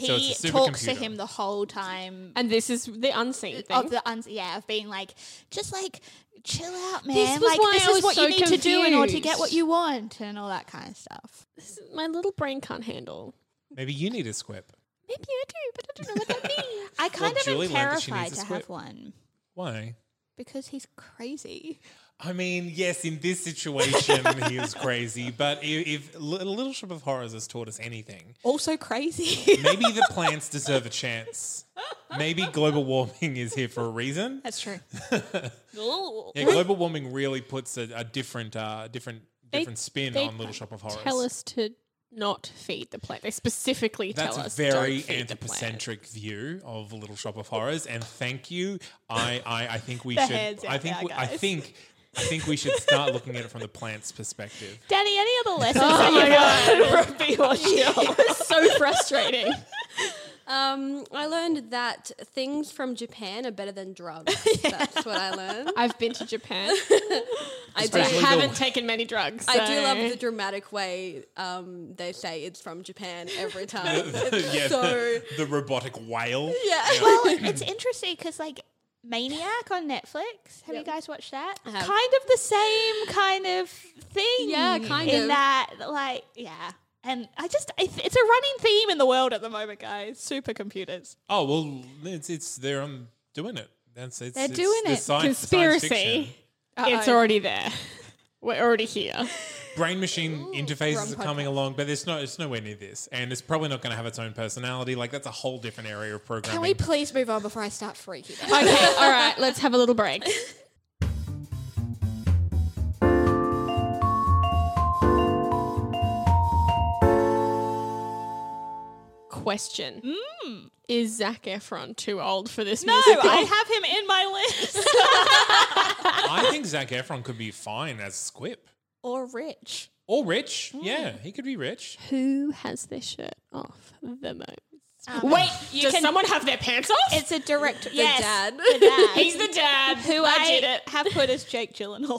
[SPEAKER 5] So, he
[SPEAKER 2] it's a
[SPEAKER 5] talks to
[SPEAKER 2] supercomputer.
[SPEAKER 5] him the whole time.
[SPEAKER 1] And this is the unseen thing.
[SPEAKER 5] Of the uns- yeah, of being like, just like, chill out, man.
[SPEAKER 1] was
[SPEAKER 5] like,
[SPEAKER 1] why I
[SPEAKER 5] this is
[SPEAKER 1] was
[SPEAKER 5] what you
[SPEAKER 1] so
[SPEAKER 5] need to do in order to get
[SPEAKER 1] confused.
[SPEAKER 5] what you want and all that kind of stuff.
[SPEAKER 1] This is- my little brain can't handle.
[SPEAKER 2] Maybe you need a squip.
[SPEAKER 5] Maybe I do, but I don't know what that means. I kind of
[SPEAKER 2] Julie
[SPEAKER 5] am
[SPEAKER 2] learned that she
[SPEAKER 5] terrified
[SPEAKER 2] needs
[SPEAKER 5] to
[SPEAKER 2] a
[SPEAKER 5] have
[SPEAKER 2] squib.
[SPEAKER 5] one
[SPEAKER 2] Why?
[SPEAKER 5] because he's crazy.
[SPEAKER 2] I mean, yes, in this situation he was crazy, but i- if, if Little Shop of Horrors has taught us anything,
[SPEAKER 5] Also crazy.
[SPEAKER 2] maybe the plants deserve a chance. Maybe global warming is here for a reason.
[SPEAKER 5] That's true.
[SPEAKER 2] Yeah, global warming really puts a, a different, uh, different,
[SPEAKER 1] They-
[SPEAKER 2] different spin
[SPEAKER 1] they
[SPEAKER 2] on Little Shop of Horrors.
[SPEAKER 1] Tell us to not feed the plant. They specifically
[SPEAKER 2] That's
[SPEAKER 1] tell
[SPEAKER 2] a
[SPEAKER 1] us.
[SPEAKER 2] very
[SPEAKER 1] "Don't feed the plant."
[SPEAKER 2] anthropocentric view of Little Shop of Horrors, and thank you. I, I, I think we
[SPEAKER 5] The
[SPEAKER 2] should.
[SPEAKER 5] hair's
[SPEAKER 2] I
[SPEAKER 5] out
[SPEAKER 2] think.
[SPEAKER 5] now,
[SPEAKER 2] we- I
[SPEAKER 5] guys.
[SPEAKER 2] think. I think we should start looking at it from the plant's perspective.
[SPEAKER 5] Danny, any other lessons
[SPEAKER 1] Oh my
[SPEAKER 5] that
[SPEAKER 1] god, Ruby was so frustrating.
[SPEAKER 4] Um, I learned that things from Japan are better than drugs. That's what I learned.
[SPEAKER 1] I've been to Japan.
[SPEAKER 4] I
[SPEAKER 1] I
[SPEAKER 2] Especially the-
[SPEAKER 4] do,
[SPEAKER 1] haven't taken many drugs.
[SPEAKER 4] I do love
[SPEAKER 1] so-
[SPEAKER 4] the dramatic way um, they say it's from Japan every time. It's
[SPEAKER 2] yeah,
[SPEAKER 4] so
[SPEAKER 2] the, the robotic whale.
[SPEAKER 4] yeah.
[SPEAKER 5] well, it's interesting because like Maniac on Netflix. Have you guys watched that?
[SPEAKER 4] have.
[SPEAKER 5] Kind of the same kind of thing.
[SPEAKER 4] Yeah, kind
[SPEAKER 5] in
[SPEAKER 4] of.
[SPEAKER 5] that like yeah. And I just it's it's a running theme in the world at the moment, guys. Supercomputers.
[SPEAKER 2] Oh well, it's it's they're um, doing it. That's it's,
[SPEAKER 5] They're
[SPEAKER 2] it's
[SPEAKER 5] doing
[SPEAKER 2] the
[SPEAKER 5] it.
[SPEAKER 2] science- science
[SPEAKER 1] Conspiracy.
[SPEAKER 2] fiction.
[SPEAKER 1] It's already there. We're already here.
[SPEAKER 2] Brain machine interfaces are coming along, but it's no it's nowhere near this, and it's probably not going to have its own personality. Like that's a whole different area of programming.
[SPEAKER 4] Can we please move on before I start freaking out?
[SPEAKER 1] Okay, all right, let's have a little break. Question. Is Zach Efron too old for this
[SPEAKER 5] No,
[SPEAKER 1] musical?
[SPEAKER 5] I have him in my list.
[SPEAKER 2] I think Zach Efron could be fine as Squip
[SPEAKER 5] or Rich.
[SPEAKER 2] or rich. Yeah, he could be rich.
[SPEAKER 1] Who has their shirt off the most?
[SPEAKER 5] Um,
[SPEAKER 1] Wait,
[SPEAKER 5] you
[SPEAKER 1] does
[SPEAKER 5] can-
[SPEAKER 1] someone have their pants off?
[SPEAKER 5] It's a direct
[SPEAKER 4] The
[SPEAKER 5] yes,
[SPEAKER 4] dad.
[SPEAKER 5] the dad.
[SPEAKER 1] He's the dad.
[SPEAKER 5] who I,
[SPEAKER 1] I did it.
[SPEAKER 5] have put as Jake Gyllenhaal.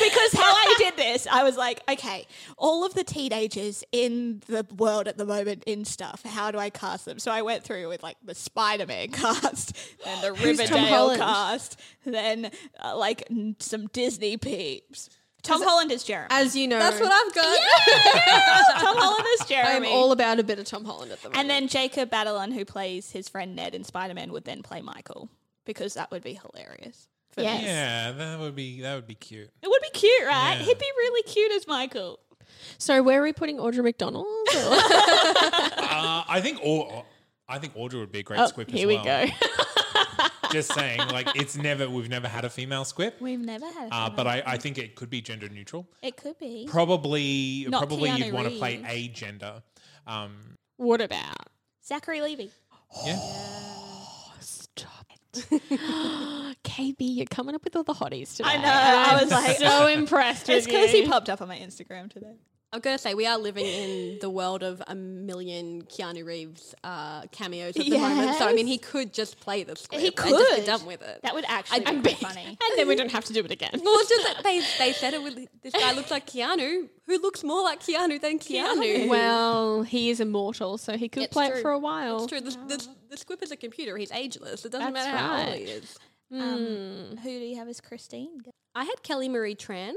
[SPEAKER 5] because how I did this, I was like, okay, all of the teenagers in the world at the moment in stuff, how do I cast them? So I went through with like the Spider Man cast, then the Riverdale
[SPEAKER 1] Holland?
[SPEAKER 5] cast, then uh, like n- some Disney peeps. Tom Holland is Jeremy.
[SPEAKER 1] As you know,
[SPEAKER 4] That's what I've got.
[SPEAKER 5] Tom Holland is
[SPEAKER 1] I'm
[SPEAKER 5] Jeremy.
[SPEAKER 1] all about a bit of Tom Holland at the moment.
[SPEAKER 5] and then Jacob Batalon, who plays his friend Ned in Spider Man, would then play Michael because that would be hilarious. for
[SPEAKER 1] Yes.
[SPEAKER 5] me.
[SPEAKER 2] Yeah, that would be that would be cute.
[SPEAKER 5] It would be cute, right?
[SPEAKER 2] Yeah.
[SPEAKER 5] He'd be really cute as Michael.
[SPEAKER 1] so where are we putting Audrey McDonald? Or-
[SPEAKER 2] Uh, I think or I think Audra would be a great
[SPEAKER 1] Oh,
[SPEAKER 2] Squip.
[SPEAKER 1] here
[SPEAKER 2] as
[SPEAKER 1] we
[SPEAKER 2] well.
[SPEAKER 1] go.
[SPEAKER 2] Just saying, like it's never we've never had a female Squip.
[SPEAKER 5] We've never had.
[SPEAKER 2] Uh, but I, I think it could be gender neutral.
[SPEAKER 5] it could be.
[SPEAKER 2] Probably,
[SPEAKER 5] Not
[SPEAKER 2] probably
[SPEAKER 5] Keanu
[SPEAKER 2] you'd want to play
[SPEAKER 5] Reeves.
[SPEAKER 2] a gender. Um,
[SPEAKER 1] What about?
[SPEAKER 5] Zachary Levy.
[SPEAKER 2] yeah,
[SPEAKER 1] Stop it. KB, you're coming up with all the hotties today.
[SPEAKER 5] I know, I
[SPEAKER 1] I'm
[SPEAKER 5] was like-
[SPEAKER 1] so impressed with
[SPEAKER 5] It's because he
[SPEAKER 1] you.
[SPEAKER 5] popped up on my Instagram today.
[SPEAKER 4] I'm gonna say we are living in the world of a million Keanu Reeves uh, cameos at the moment. So I mean, he could just play the script.
[SPEAKER 5] He
[SPEAKER 4] and just
[SPEAKER 5] could.
[SPEAKER 4] be done with it.
[SPEAKER 5] That would actually
[SPEAKER 1] And
[SPEAKER 5] be
[SPEAKER 1] be-
[SPEAKER 5] funny.
[SPEAKER 1] And then we don't have to do it again.
[SPEAKER 4] well, it's just that they they said it with this guy looks like Keanu, who looks more like Keanu than Keanu.
[SPEAKER 1] Well, he is immortal, so he could
[SPEAKER 4] It's
[SPEAKER 1] play it
[SPEAKER 4] true.
[SPEAKER 1] for a while.
[SPEAKER 4] It's true. The, the, the squip is a computer. He's ageless. It doesn't
[SPEAKER 1] Oh, That's
[SPEAKER 4] matter how old
[SPEAKER 1] right.
[SPEAKER 4] he is.
[SPEAKER 1] Hmm.
[SPEAKER 5] Um, who do you have as Christine?
[SPEAKER 4] I had Kelly Marie Tran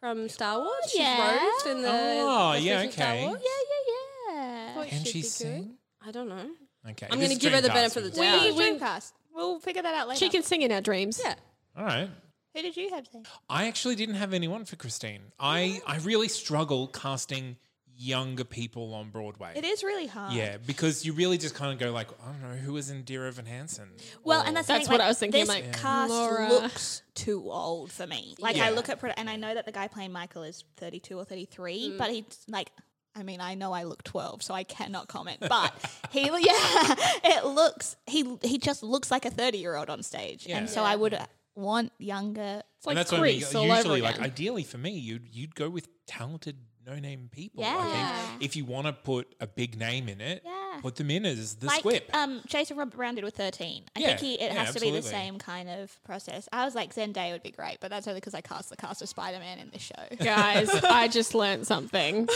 [SPEAKER 4] from Star
[SPEAKER 1] Oh,
[SPEAKER 4] Wars. She's
[SPEAKER 5] yeah.
[SPEAKER 4] Rose in the
[SPEAKER 2] Oh,
[SPEAKER 4] the
[SPEAKER 2] yeah,
[SPEAKER 4] original Star
[SPEAKER 2] okay.
[SPEAKER 4] Wars.
[SPEAKER 5] Yeah, yeah, yeah.
[SPEAKER 2] Can she sing?
[SPEAKER 4] I don't know.
[SPEAKER 2] Okay.
[SPEAKER 4] I'm
[SPEAKER 2] this
[SPEAKER 4] gonna
[SPEAKER 2] is
[SPEAKER 4] give her the
[SPEAKER 2] Dreamcast
[SPEAKER 4] benefit of the
[SPEAKER 2] music.
[SPEAKER 4] doubt.
[SPEAKER 5] We, we, we'll figure that out later.
[SPEAKER 1] She can sing in our dreams.
[SPEAKER 4] Yeah.
[SPEAKER 2] All right.
[SPEAKER 5] Who did you have? Zane?
[SPEAKER 2] I actually didn't have anyone for Christine. I, I really struggle casting younger people on Broadway.
[SPEAKER 5] It is really hard.
[SPEAKER 2] Yeah, because you really just kind of go like, I don't know, who was Indira Van Hansen?
[SPEAKER 5] Well,
[SPEAKER 2] Or-
[SPEAKER 5] and that's,
[SPEAKER 1] That's
[SPEAKER 5] the thing,
[SPEAKER 1] what
[SPEAKER 5] like,
[SPEAKER 1] I was thinking,
[SPEAKER 5] This
[SPEAKER 1] like, Yeah.
[SPEAKER 5] cast
[SPEAKER 1] Laura.
[SPEAKER 5] looks too old for me. Like
[SPEAKER 2] Yeah.
[SPEAKER 5] I look at, pro- and I know that the guy playing Michael is thirty-two or thirty-three, but he's like, I mean, I know I look twelve, so I cannot comment. But he, yeah, it looks he he just looks like a thirty-year-old on stage,
[SPEAKER 2] Yeah.
[SPEAKER 5] and so I would want younger.
[SPEAKER 1] It's like
[SPEAKER 2] and that's what I mean.
[SPEAKER 1] Greece all over
[SPEAKER 2] Usually, like
[SPEAKER 1] again.
[SPEAKER 2] ideally for me, you'd you'd go with talented no-name people. I
[SPEAKER 5] Yeah.
[SPEAKER 2] think if you want to put a big name in it,
[SPEAKER 5] Yeah.
[SPEAKER 2] put them in as the
[SPEAKER 5] like
[SPEAKER 2] squip.
[SPEAKER 5] um Jason Rob Brown did with thirteen. I
[SPEAKER 2] Yeah,
[SPEAKER 5] think he, it
[SPEAKER 2] yeah,
[SPEAKER 5] has to be the
[SPEAKER 2] absolutely.
[SPEAKER 5] same kind of process. I was like Zendaya would be great, but that's only because I cast the cast of Spider Man in this show.
[SPEAKER 1] Guys, I just learned something.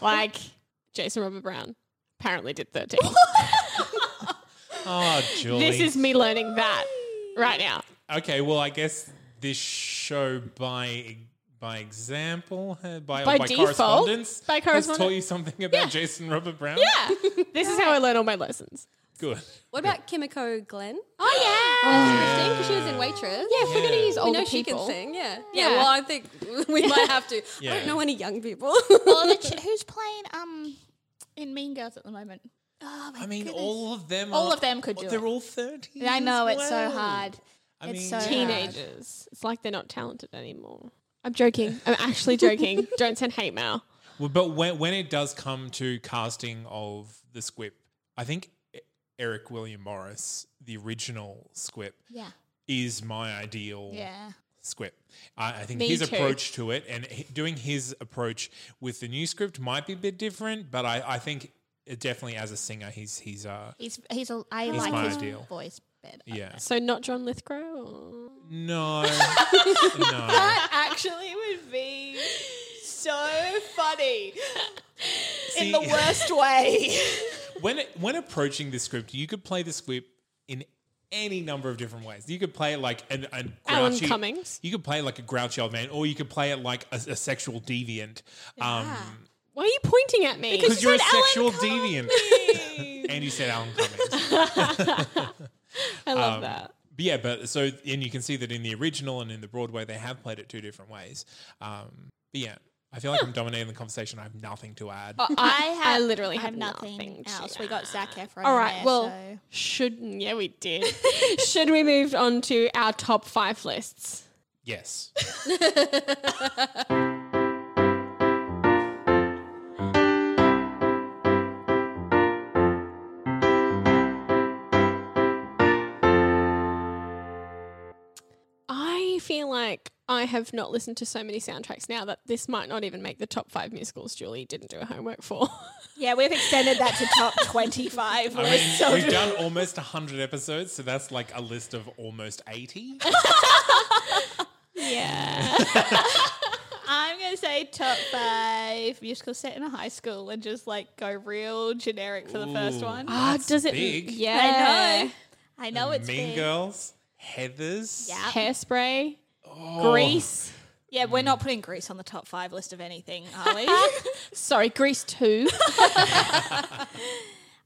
[SPEAKER 1] Like Jason Robert Brown apparently did 13.
[SPEAKER 2] oh, Julie.
[SPEAKER 1] this is me learning that right now.
[SPEAKER 2] okay. Well, I guess this show by by example, uh, by
[SPEAKER 1] By
[SPEAKER 2] by,
[SPEAKER 1] default,
[SPEAKER 2] correspondence,
[SPEAKER 1] by
[SPEAKER 2] has
[SPEAKER 1] correspondence.
[SPEAKER 2] taught you something about Jason Robert Brown.
[SPEAKER 1] Yeah. This is how I learn all my lessons.
[SPEAKER 2] good.
[SPEAKER 5] Oh,
[SPEAKER 4] What about Kimiko Glenn?
[SPEAKER 1] Oh
[SPEAKER 4] Christine, because she was in Waitress.
[SPEAKER 1] Yeah, if we're gonna
[SPEAKER 2] Yeah.
[SPEAKER 1] use
[SPEAKER 4] We
[SPEAKER 1] older
[SPEAKER 4] know she
[SPEAKER 1] people.
[SPEAKER 4] can sing, yeah.
[SPEAKER 1] Yeah.
[SPEAKER 4] yeah. well, I think we might have to. I
[SPEAKER 2] Yeah.
[SPEAKER 4] don't know any young people.
[SPEAKER 5] well, the ch- who's playing um in Mean Girls at the moment? Oh my
[SPEAKER 2] I mean,
[SPEAKER 5] goodness.
[SPEAKER 2] all of them.
[SPEAKER 5] All
[SPEAKER 2] are-
[SPEAKER 5] of them could do
[SPEAKER 2] They're
[SPEAKER 5] it.
[SPEAKER 2] all thirty.
[SPEAKER 5] I know it's so hard.
[SPEAKER 2] I
[SPEAKER 5] It's
[SPEAKER 2] mean,
[SPEAKER 5] so
[SPEAKER 1] Teenagers. It's like they're not talented anymore. I'm joking. I'm actually joking. Don't send hate mail.
[SPEAKER 2] Well, but when when it does come to casting of the Squip, I think E- Eric William Morris, the original Squip,
[SPEAKER 5] Yeah.
[SPEAKER 2] is my ideal
[SPEAKER 5] Yeah.
[SPEAKER 2] Squip. I, I think
[SPEAKER 1] Me
[SPEAKER 2] his
[SPEAKER 1] too.
[SPEAKER 2] approach to it and h- doing his approach with the new script might be a bit different, but I, I think it definitely as a singer, he's he's uh
[SPEAKER 5] He's he's a I
[SPEAKER 2] He's
[SPEAKER 5] like
[SPEAKER 2] my
[SPEAKER 5] his
[SPEAKER 2] ideal.
[SPEAKER 5] voice better.
[SPEAKER 2] yeah
[SPEAKER 1] So not John Lithgow. Or...
[SPEAKER 2] no no
[SPEAKER 5] That actually would be so funny
[SPEAKER 2] See,
[SPEAKER 5] worst way.
[SPEAKER 2] when it- when approaching the script, you could play the script in any number of different ways. You could play it like an, an
[SPEAKER 1] Alan
[SPEAKER 2] grouchy-
[SPEAKER 1] Cummings.
[SPEAKER 2] You could play it like a grouchy old man, or you could play it like a, a sexual deviant. Um,
[SPEAKER 1] Why are you pointing at me?
[SPEAKER 2] because you're a sexual deviant, and you said Alan Cummings.
[SPEAKER 1] I love that.
[SPEAKER 2] But yeah, but so and you can see that in the original and in the Broadway, they have played it two different ways. Um, but yeah, I feel like I'm dominating the conversation. I have nothing to add.
[SPEAKER 5] Oh, I
[SPEAKER 1] I
[SPEAKER 5] have
[SPEAKER 1] literally
[SPEAKER 5] I
[SPEAKER 1] have,
[SPEAKER 5] have nothing,
[SPEAKER 1] to
[SPEAKER 5] else. We got Zach Efron.
[SPEAKER 1] All
[SPEAKER 5] in
[SPEAKER 1] right.
[SPEAKER 5] there,
[SPEAKER 1] well,
[SPEAKER 5] so-
[SPEAKER 1] should yeah, we did. should we move on to our top five lists?
[SPEAKER 2] yes,
[SPEAKER 1] I feel like I have not listened to so many soundtracks now that this might not even make the top five musicals Julie didn't do her homework for.
[SPEAKER 5] yeah, we've extended that to top twenty-five.
[SPEAKER 2] I
[SPEAKER 5] list,
[SPEAKER 2] mean
[SPEAKER 5] so-
[SPEAKER 2] we've done almost hundred episodes, so that's like a list of almost eighty.
[SPEAKER 5] I'm gonna say top five musical set in a high school and just like go real generic for the first
[SPEAKER 2] Ooh.
[SPEAKER 5] one.
[SPEAKER 1] Ah,
[SPEAKER 2] That's
[SPEAKER 1] does it?
[SPEAKER 2] big.
[SPEAKER 1] Yeah,
[SPEAKER 5] I know. I know it's
[SPEAKER 2] mean
[SPEAKER 5] big.
[SPEAKER 2] Girls, Heather's.
[SPEAKER 5] Yeah.
[SPEAKER 1] Hairspray, Grease.
[SPEAKER 5] Yeah, we're not putting Greece on the top five list of anything, are we?
[SPEAKER 1] Sorry, Grease two.
[SPEAKER 5] I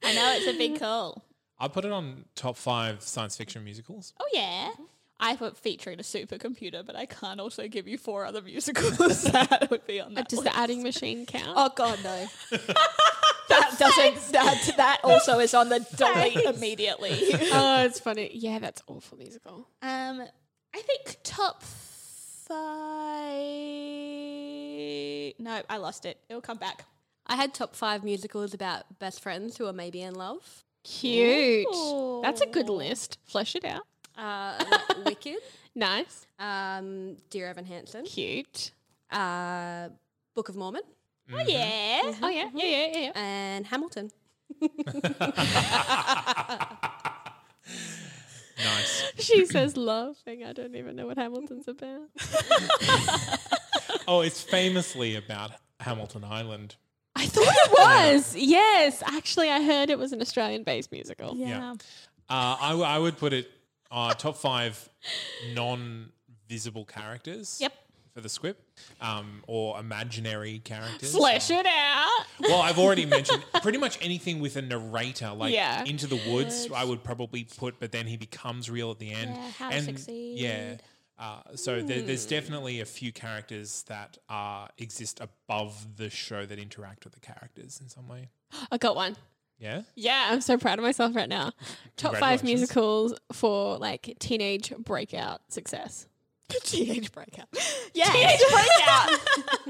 [SPEAKER 5] know it's a big call.
[SPEAKER 2] I put it on top five science fiction musicals.
[SPEAKER 5] Oh yeah. I put featuring a supercomputer, but I can't also give you four other musicals that would be on that.
[SPEAKER 1] does
[SPEAKER 5] list.
[SPEAKER 1] the adding machine count?
[SPEAKER 5] Oh god, no. that doesn't. That that also is on the dolly immediately.
[SPEAKER 1] oh, it's funny. Yeah, that's awful musical.
[SPEAKER 5] Um, I think top five. No, I lost it. It'll come back.
[SPEAKER 4] I had top five musicals about best friends who are maybe in love.
[SPEAKER 1] Cute. That's a good list. Flesh it out.
[SPEAKER 4] Uh, like Wicked,
[SPEAKER 1] Nice.
[SPEAKER 4] um, Dear Evan Hansen,
[SPEAKER 1] Cute.
[SPEAKER 4] uh, Book of Mormon,
[SPEAKER 5] Oh yeah.
[SPEAKER 1] Oh yeah, yeah, yeah, yeah. yeah.
[SPEAKER 4] and Hamilton.
[SPEAKER 2] Nice.
[SPEAKER 1] She says laughing. I don't even know what Hamilton's about.
[SPEAKER 2] oh, it's famously about Hamilton Island.
[SPEAKER 1] I thought it was. Yes, actually, I heard it was an Australian-based musical.
[SPEAKER 2] Yeah. Uh, I, w- I would put it uh, top five non-visible characters.
[SPEAKER 5] Yep.
[SPEAKER 2] For the squib, um, or imaginary characters. Uh,
[SPEAKER 1] Flesh it out.
[SPEAKER 2] Well, I've already mentioned pretty much anything with a narrator, like
[SPEAKER 1] Yeah.
[SPEAKER 2] Into the Woods, I would probably put, but then he becomes real at the end.
[SPEAKER 5] Yeah, How to
[SPEAKER 2] and,
[SPEAKER 5] Succeed. Hmm.
[SPEAKER 2] Yeah. Uh, so there, there's definitely a few characters that uh, exist above the show that interact with the characters in some way.
[SPEAKER 1] I got one.
[SPEAKER 2] Yeah.
[SPEAKER 1] Yeah, I'm so proud of myself right now. Top five
[SPEAKER 2] Congratulations.
[SPEAKER 1] musicals for like teenage breakout success.
[SPEAKER 5] Teenage breakout. Yeah. Teenage breakout.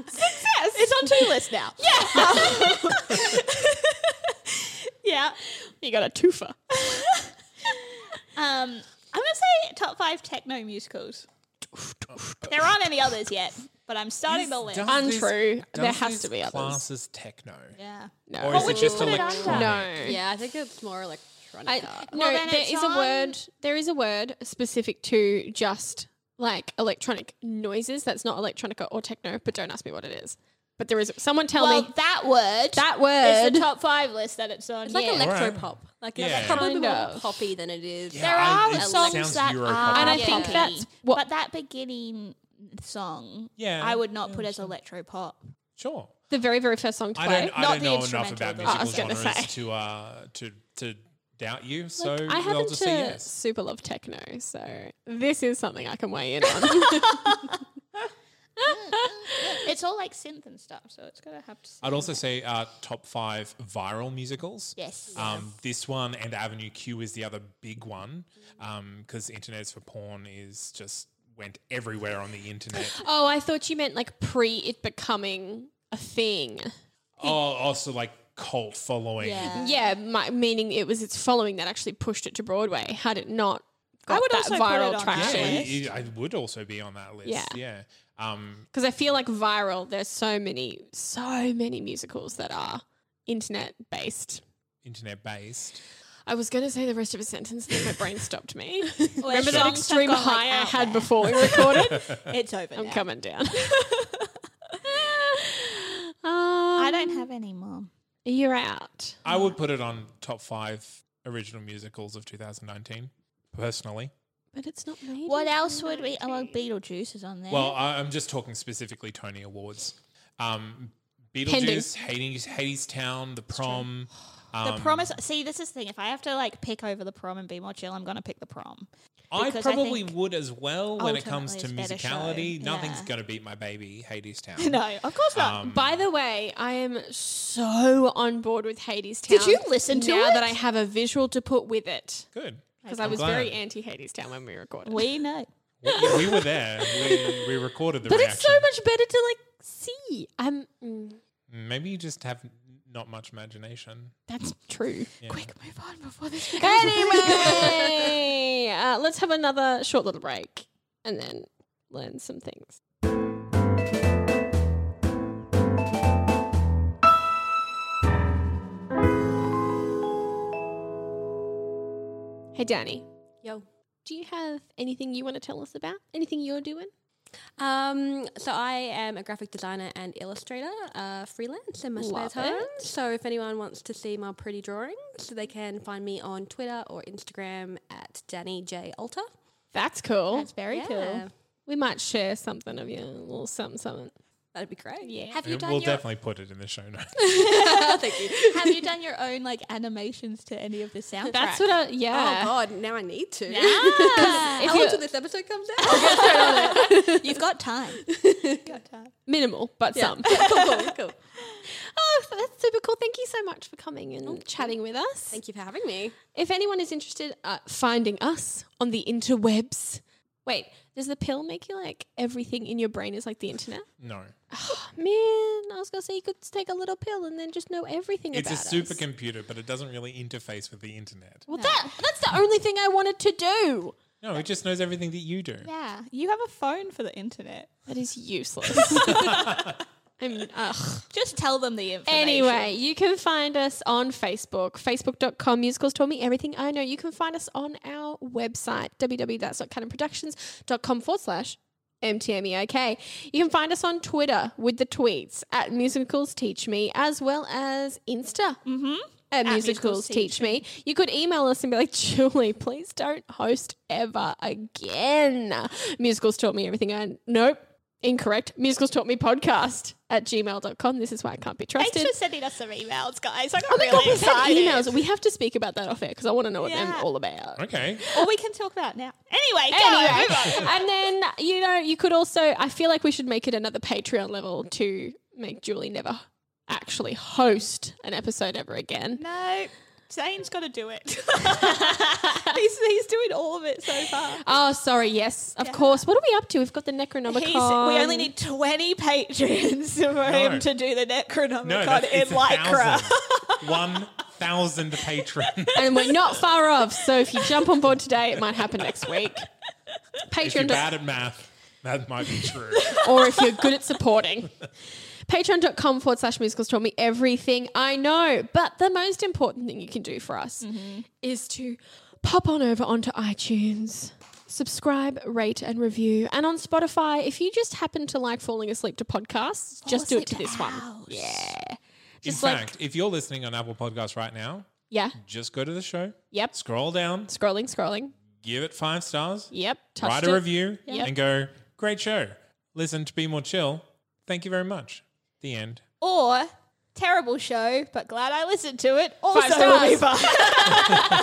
[SPEAKER 5] Success. It's on two lists now. Yeah.
[SPEAKER 1] Yeah, you got a twofer.
[SPEAKER 5] Um, I'm gonna say top five techno musicals. there aren't any others yet, but I'm starting the list.
[SPEAKER 1] Untrue. There
[SPEAKER 2] does
[SPEAKER 1] has
[SPEAKER 2] this
[SPEAKER 1] to be others.
[SPEAKER 2] class as techno.
[SPEAKER 5] Yeah.
[SPEAKER 1] No,
[SPEAKER 2] Or is it just
[SPEAKER 5] put it under?
[SPEAKER 2] electronic?
[SPEAKER 1] no.
[SPEAKER 4] Yeah, I think it's more electronic.
[SPEAKER 1] I, no,
[SPEAKER 5] Well, then
[SPEAKER 1] there
[SPEAKER 5] it's
[SPEAKER 1] is
[SPEAKER 5] on-
[SPEAKER 1] a word. There is a word specific to just like electronic noises. That's not electronica or techno, but don't ask me what it is. But there is someone tell
[SPEAKER 5] well,
[SPEAKER 1] me
[SPEAKER 5] that word.
[SPEAKER 1] that
[SPEAKER 5] is
[SPEAKER 1] word.
[SPEAKER 5] the top five list that it's on.
[SPEAKER 4] it's like
[SPEAKER 5] yeah.
[SPEAKER 4] electropop.
[SPEAKER 2] Alright.
[SPEAKER 4] Like
[SPEAKER 2] Yeah.
[SPEAKER 4] it's probably
[SPEAKER 1] Kind
[SPEAKER 4] more
[SPEAKER 1] of.
[SPEAKER 4] poppy than it is.
[SPEAKER 2] Yeah,
[SPEAKER 5] there
[SPEAKER 2] I-
[SPEAKER 5] are
[SPEAKER 2] it
[SPEAKER 5] songs
[SPEAKER 2] sounds
[SPEAKER 5] that
[SPEAKER 2] Europop.
[SPEAKER 5] are,
[SPEAKER 1] And I think
[SPEAKER 5] poppy,
[SPEAKER 1] that's what-
[SPEAKER 5] But that beginning song,
[SPEAKER 2] Yeah,
[SPEAKER 5] I would not
[SPEAKER 2] yeah,
[SPEAKER 5] put as electro pop.
[SPEAKER 2] sure.
[SPEAKER 1] the very very first song to
[SPEAKER 2] I
[SPEAKER 1] play.
[SPEAKER 2] don't. I
[SPEAKER 5] Not
[SPEAKER 2] don't
[SPEAKER 5] the
[SPEAKER 2] know enough
[SPEAKER 5] instrumental,
[SPEAKER 2] about
[SPEAKER 5] though.
[SPEAKER 2] musical
[SPEAKER 1] I was gonna
[SPEAKER 2] genres
[SPEAKER 1] say.
[SPEAKER 2] to uh, to to doubt you. So
[SPEAKER 1] Like, I
[SPEAKER 2] I'll
[SPEAKER 1] happen
[SPEAKER 2] just
[SPEAKER 1] to
[SPEAKER 2] say yes.
[SPEAKER 1] super love techno, so this is something I can weigh in on.
[SPEAKER 5] It's all like synth and stuff, so it's gonna have to.
[SPEAKER 2] I'd also say uh, top five viral musicals.
[SPEAKER 5] Yes.
[SPEAKER 2] Um, this one and Avenue Q is the other big one because Internet is for Porn is just went everywhere on the internet.
[SPEAKER 1] oh, I thought you meant like pre it becoming a thing.
[SPEAKER 2] oh, also like cult following.
[SPEAKER 1] Yeah, my, meaning it was its following that actually pushed it to Broadway. Had it not got
[SPEAKER 5] would
[SPEAKER 1] that
[SPEAKER 5] also put
[SPEAKER 1] viral
[SPEAKER 5] it on that
[SPEAKER 1] traction.
[SPEAKER 2] Yeah,
[SPEAKER 5] list.
[SPEAKER 2] it- it- I would also be on that list.
[SPEAKER 1] Yeah.
[SPEAKER 2] yeah. Um,
[SPEAKER 1] Because I feel like viral, there's so many, so many musicals that are internet based.
[SPEAKER 2] internet based.
[SPEAKER 1] I was going to say the rest of a sentence, then my brain stopped me.
[SPEAKER 5] Well,
[SPEAKER 1] Remember that
[SPEAKER 5] songs have
[SPEAKER 1] extreme
[SPEAKER 5] gone, like,
[SPEAKER 1] high I
[SPEAKER 5] out
[SPEAKER 1] had
[SPEAKER 5] there.
[SPEAKER 1] before we recorded?
[SPEAKER 5] It's over.
[SPEAKER 1] I'm
[SPEAKER 5] now.
[SPEAKER 1] coming down.
[SPEAKER 5] I
[SPEAKER 1] I
[SPEAKER 5] don't have any more.
[SPEAKER 1] You're out.
[SPEAKER 2] I would put it on top five original musicals of 2019, personally.
[SPEAKER 1] But it's not me.
[SPEAKER 5] What else would we? Oh, well, Beetlejuice is on there.
[SPEAKER 2] Well, I, I'm just talking specifically Tony Awards. Um, Beetlejuice, Hades, Hades Town, The Prom.
[SPEAKER 5] the
[SPEAKER 2] um,
[SPEAKER 5] prom is. See, this is the thing. If I have to like pick over the prom and be more chill, I'm gonna pick the prom.
[SPEAKER 2] I
[SPEAKER 5] because I
[SPEAKER 2] probably
[SPEAKER 5] think
[SPEAKER 2] would as well when it comes to
[SPEAKER 5] ultimately it's better show.
[SPEAKER 2] musicality. Nothing's
[SPEAKER 5] Yeah.
[SPEAKER 2] going to beat my baby Hades Town. Um,
[SPEAKER 5] No, of course not.
[SPEAKER 1] By the way, I am so on board with Hades Town.
[SPEAKER 5] Did you listen to
[SPEAKER 1] now
[SPEAKER 5] it?
[SPEAKER 1] that I have a visual to put with it?
[SPEAKER 2] Good.
[SPEAKER 1] Because I
[SPEAKER 2] I'm
[SPEAKER 1] was
[SPEAKER 2] glad.
[SPEAKER 1] very anti Hades Town when we
[SPEAKER 2] Um,
[SPEAKER 1] recorded.
[SPEAKER 5] we know.
[SPEAKER 2] We, we were there. We, we recorded the
[SPEAKER 1] but
[SPEAKER 2] reaction.
[SPEAKER 1] it's so much better to like see. I'm. mm,
[SPEAKER 2] Maybe you just have not much imagination.
[SPEAKER 1] That's true.
[SPEAKER 2] Quick.
[SPEAKER 5] Move on before this.
[SPEAKER 1] Anyway, uh, let's have another short little break and then learn some things. Hey, Danny,
[SPEAKER 4] Yo.
[SPEAKER 1] do you have anything you want to tell us about? Anything you're doing?
[SPEAKER 4] Um, so I am a graphic designer and illustrator, uh, freelance in my
[SPEAKER 1] Love
[SPEAKER 4] spare time.
[SPEAKER 1] it.
[SPEAKER 4] So if anyone wants to see my pretty drawings, they can find me on Twitter or Instagram at Danny J Alter.
[SPEAKER 1] That's cool.
[SPEAKER 5] That's very cool.
[SPEAKER 1] we might share something of you, a little something, something.
[SPEAKER 4] That'd be great.
[SPEAKER 5] Yeah.
[SPEAKER 4] Have you
[SPEAKER 2] We'll
[SPEAKER 4] done your?
[SPEAKER 2] definitely put it in the show notes.
[SPEAKER 4] Thank you.
[SPEAKER 5] Have you done your own like animations to any of the soundtrack?
[SPEAKER 1] That's what I,
[SPEAKER 4] Oh
[SPEAKER 1] yeah.
[SPEAKER 4] God! Now I need to.
[SPEAKER 5] Ah, Oh,
[SPEAKER 1] If
[SPEAKER 4] How long
[SPEAKER 1] you're-
[SPEAKER 4] till this episode comes out?
[SPEAKER 5] you've got time.
[SPEAKER 1] minimal, but some.
[SPEAKER 4] cool, cool, cool.
[SPEAKER 1] Oh, that's super cool. Thank you so much for coming and chatting with us.
[SPEAKER 4] Thank you for having me.
[SPEAKER 1] If anyone is interested uh, finding us on the interwebs, wait, does the pill make you like everything in your brain is like the internet?
[SPEAKER 2] no.
[SPEAKER 1] Man, I was gonna say you could take a little pill and then just know everything
[SPEAKER 2] It's a
[SPEAKER 1] about us.
[SPEAKER 2] supercomputer, but it doesn't really interface with the internet.
[SPEAKER 1] Well, that that's the only thing I wanted to do.
[SPEAKER 2] No, it just knows everything that you do.
[SPEAKER 5] Yeah, you have a phone for the internet.
[SPEAKER 1] That is useless. I mean, ugh.
[SPEAKER 5] Just tell them the information.
[SPEAKER 1] Anyway, you can find us on Facebook, facebook.com, musicals taught me everything I know. You can find us on our website, www.cannonproductions.com forward slash MTMEIK. E You can find us on Twitter with the tweets at musicals teach me, as well as Insta. Mm-hmm. at, musicals
[SPEAKER 5] Musicals
[SPEAKER 1] teach
[SPEAKER 5] Teach
[SPEAKER 1] me. You could email us and be like, Julie, please don't host ever again. Musicals taught me everything. I nope. Incorrect. Musicals taught me podcast at gmail.com. This is why I can't be
[SPEAKER 5] Thanks
[SPEAKER 1] trusted.
[SPEAKER 5] for sending us some emails, guys. I'm
[SPEAKER 1] Oh my
[SPEAKER 5] really
[SPEAKER 1] god, we've had
[SPEAKER 5] excited.
[SPEAKER 1] emails. We have to speak about that off air because I want to know what
[SPEAKER 5] Yeah.
[SPEAKER 1] they're all about.
[SPEAKER 2] Okay.
[SPEAKER 1] Oh
[SPEAKER 5] Or we can talk about now. Anyway, go on,
[SPEAKER 1] Anyway,
[SPEAKER 5] move on.
[SPEAKER 1] and then you know you could also. I feel like we should make it another Patreon level to make Julie never actually host an episode ever again.
[SPEAKER 5] No, Zane's got to do it. he's, he's doing all of it so far.
[SPEAKER 1] Oh, sorry. Yes, of course. What are we up to? We've got the Necronomicon.
[SPEAKER 5] He's, we only need 20 patrons for him to do the Necronomicon
[SPEAKER 2] No, that's,
[SPEAKER 5] in
[SPEAKER 2] it's a
[SPEAKER 5] Lycra.
[SPEAKER 2] thousand. One thousand patrons.
[SPEAKER 1] and we're not far off. So if you jump on board today, it might happen next week.
[SPEAKER 2] if you're
[SPEAKER 1] Patreon.
[SPEAKER 2] bad at math, that might be true.
[SPEAKER 1] or if you're good at supporting. Patreon.com forward slash musicals taught me everything I know. But the most important thing you can do for us
[SPEAKER 2] Mm-hmm.
[SPEAKER 1] is to pop on over onto iTunes, subscribe, rate, and review. And on Spotify, if you just happen to like falling asleep to podcasts, just do it to this one. Yeah.
[SPEAKER 2] In
[SPEAKER 1] Just like-
[SPEAKER 2] fact, if you're listening on Apple Podcasts right now,
[SPEAKER 1] Yeah.
[SPEAKER 2] just go to the show.
[SPEAKER 1] Yep.
[SPEAKER 2] Scroll down,
[SPEAKER 1] Scrolling, scrolling.
[SPEAKER 2] give it five stars,
[SPEAKER 1] Yep. Touched
[SPEAKER 2] write
[SPEAKER 1] it.
[SPEAKER 2] a review,
[SPEAKER 1] Yep.
[SPEAKER 2] and go, great show. Listen to Be More Chill. Thank you very much. The end.
[SPEAKER 5] Or terrible show, but glad I listened to it. Also,
[SPEAKER 1] stars.
[SPEAKER 5] Oliver.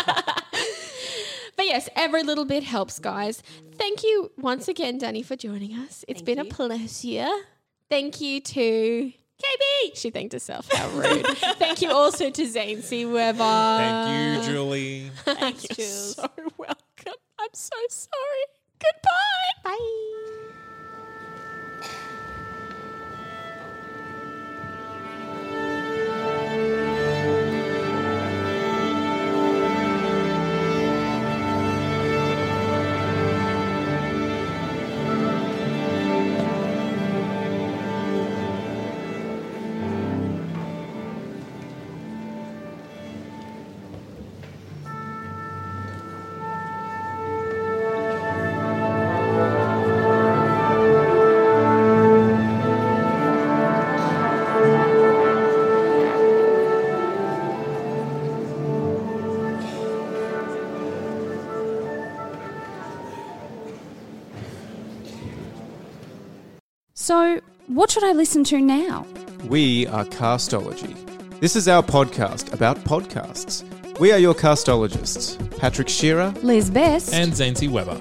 [SPEAKER 1] But yes, every little bit helps, guys. Thank you once again, Danny, for joining us. It's been a pleasure. Thank you to KB. She thanked herself. How rude. Thank you also to Zane C. Weber. Uh.
[SPEAKER 2] Thank you, Julie.
[SPEAKER 5] Thanks, Jules.
[SPEAKER 1] So welcome. I'm so sorry. Goodbye. Bye.
[SPEAKER 6] So, what should I listen to now?
[SPEAKER 7] We are Castology. This is our podcast about podcasts. We are your castologists, Patrick Shearer.
[SPEAKER 6] Liz Best.
[SPEAKER 2] And Zancy Weber.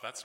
[SPEAKER 8] That's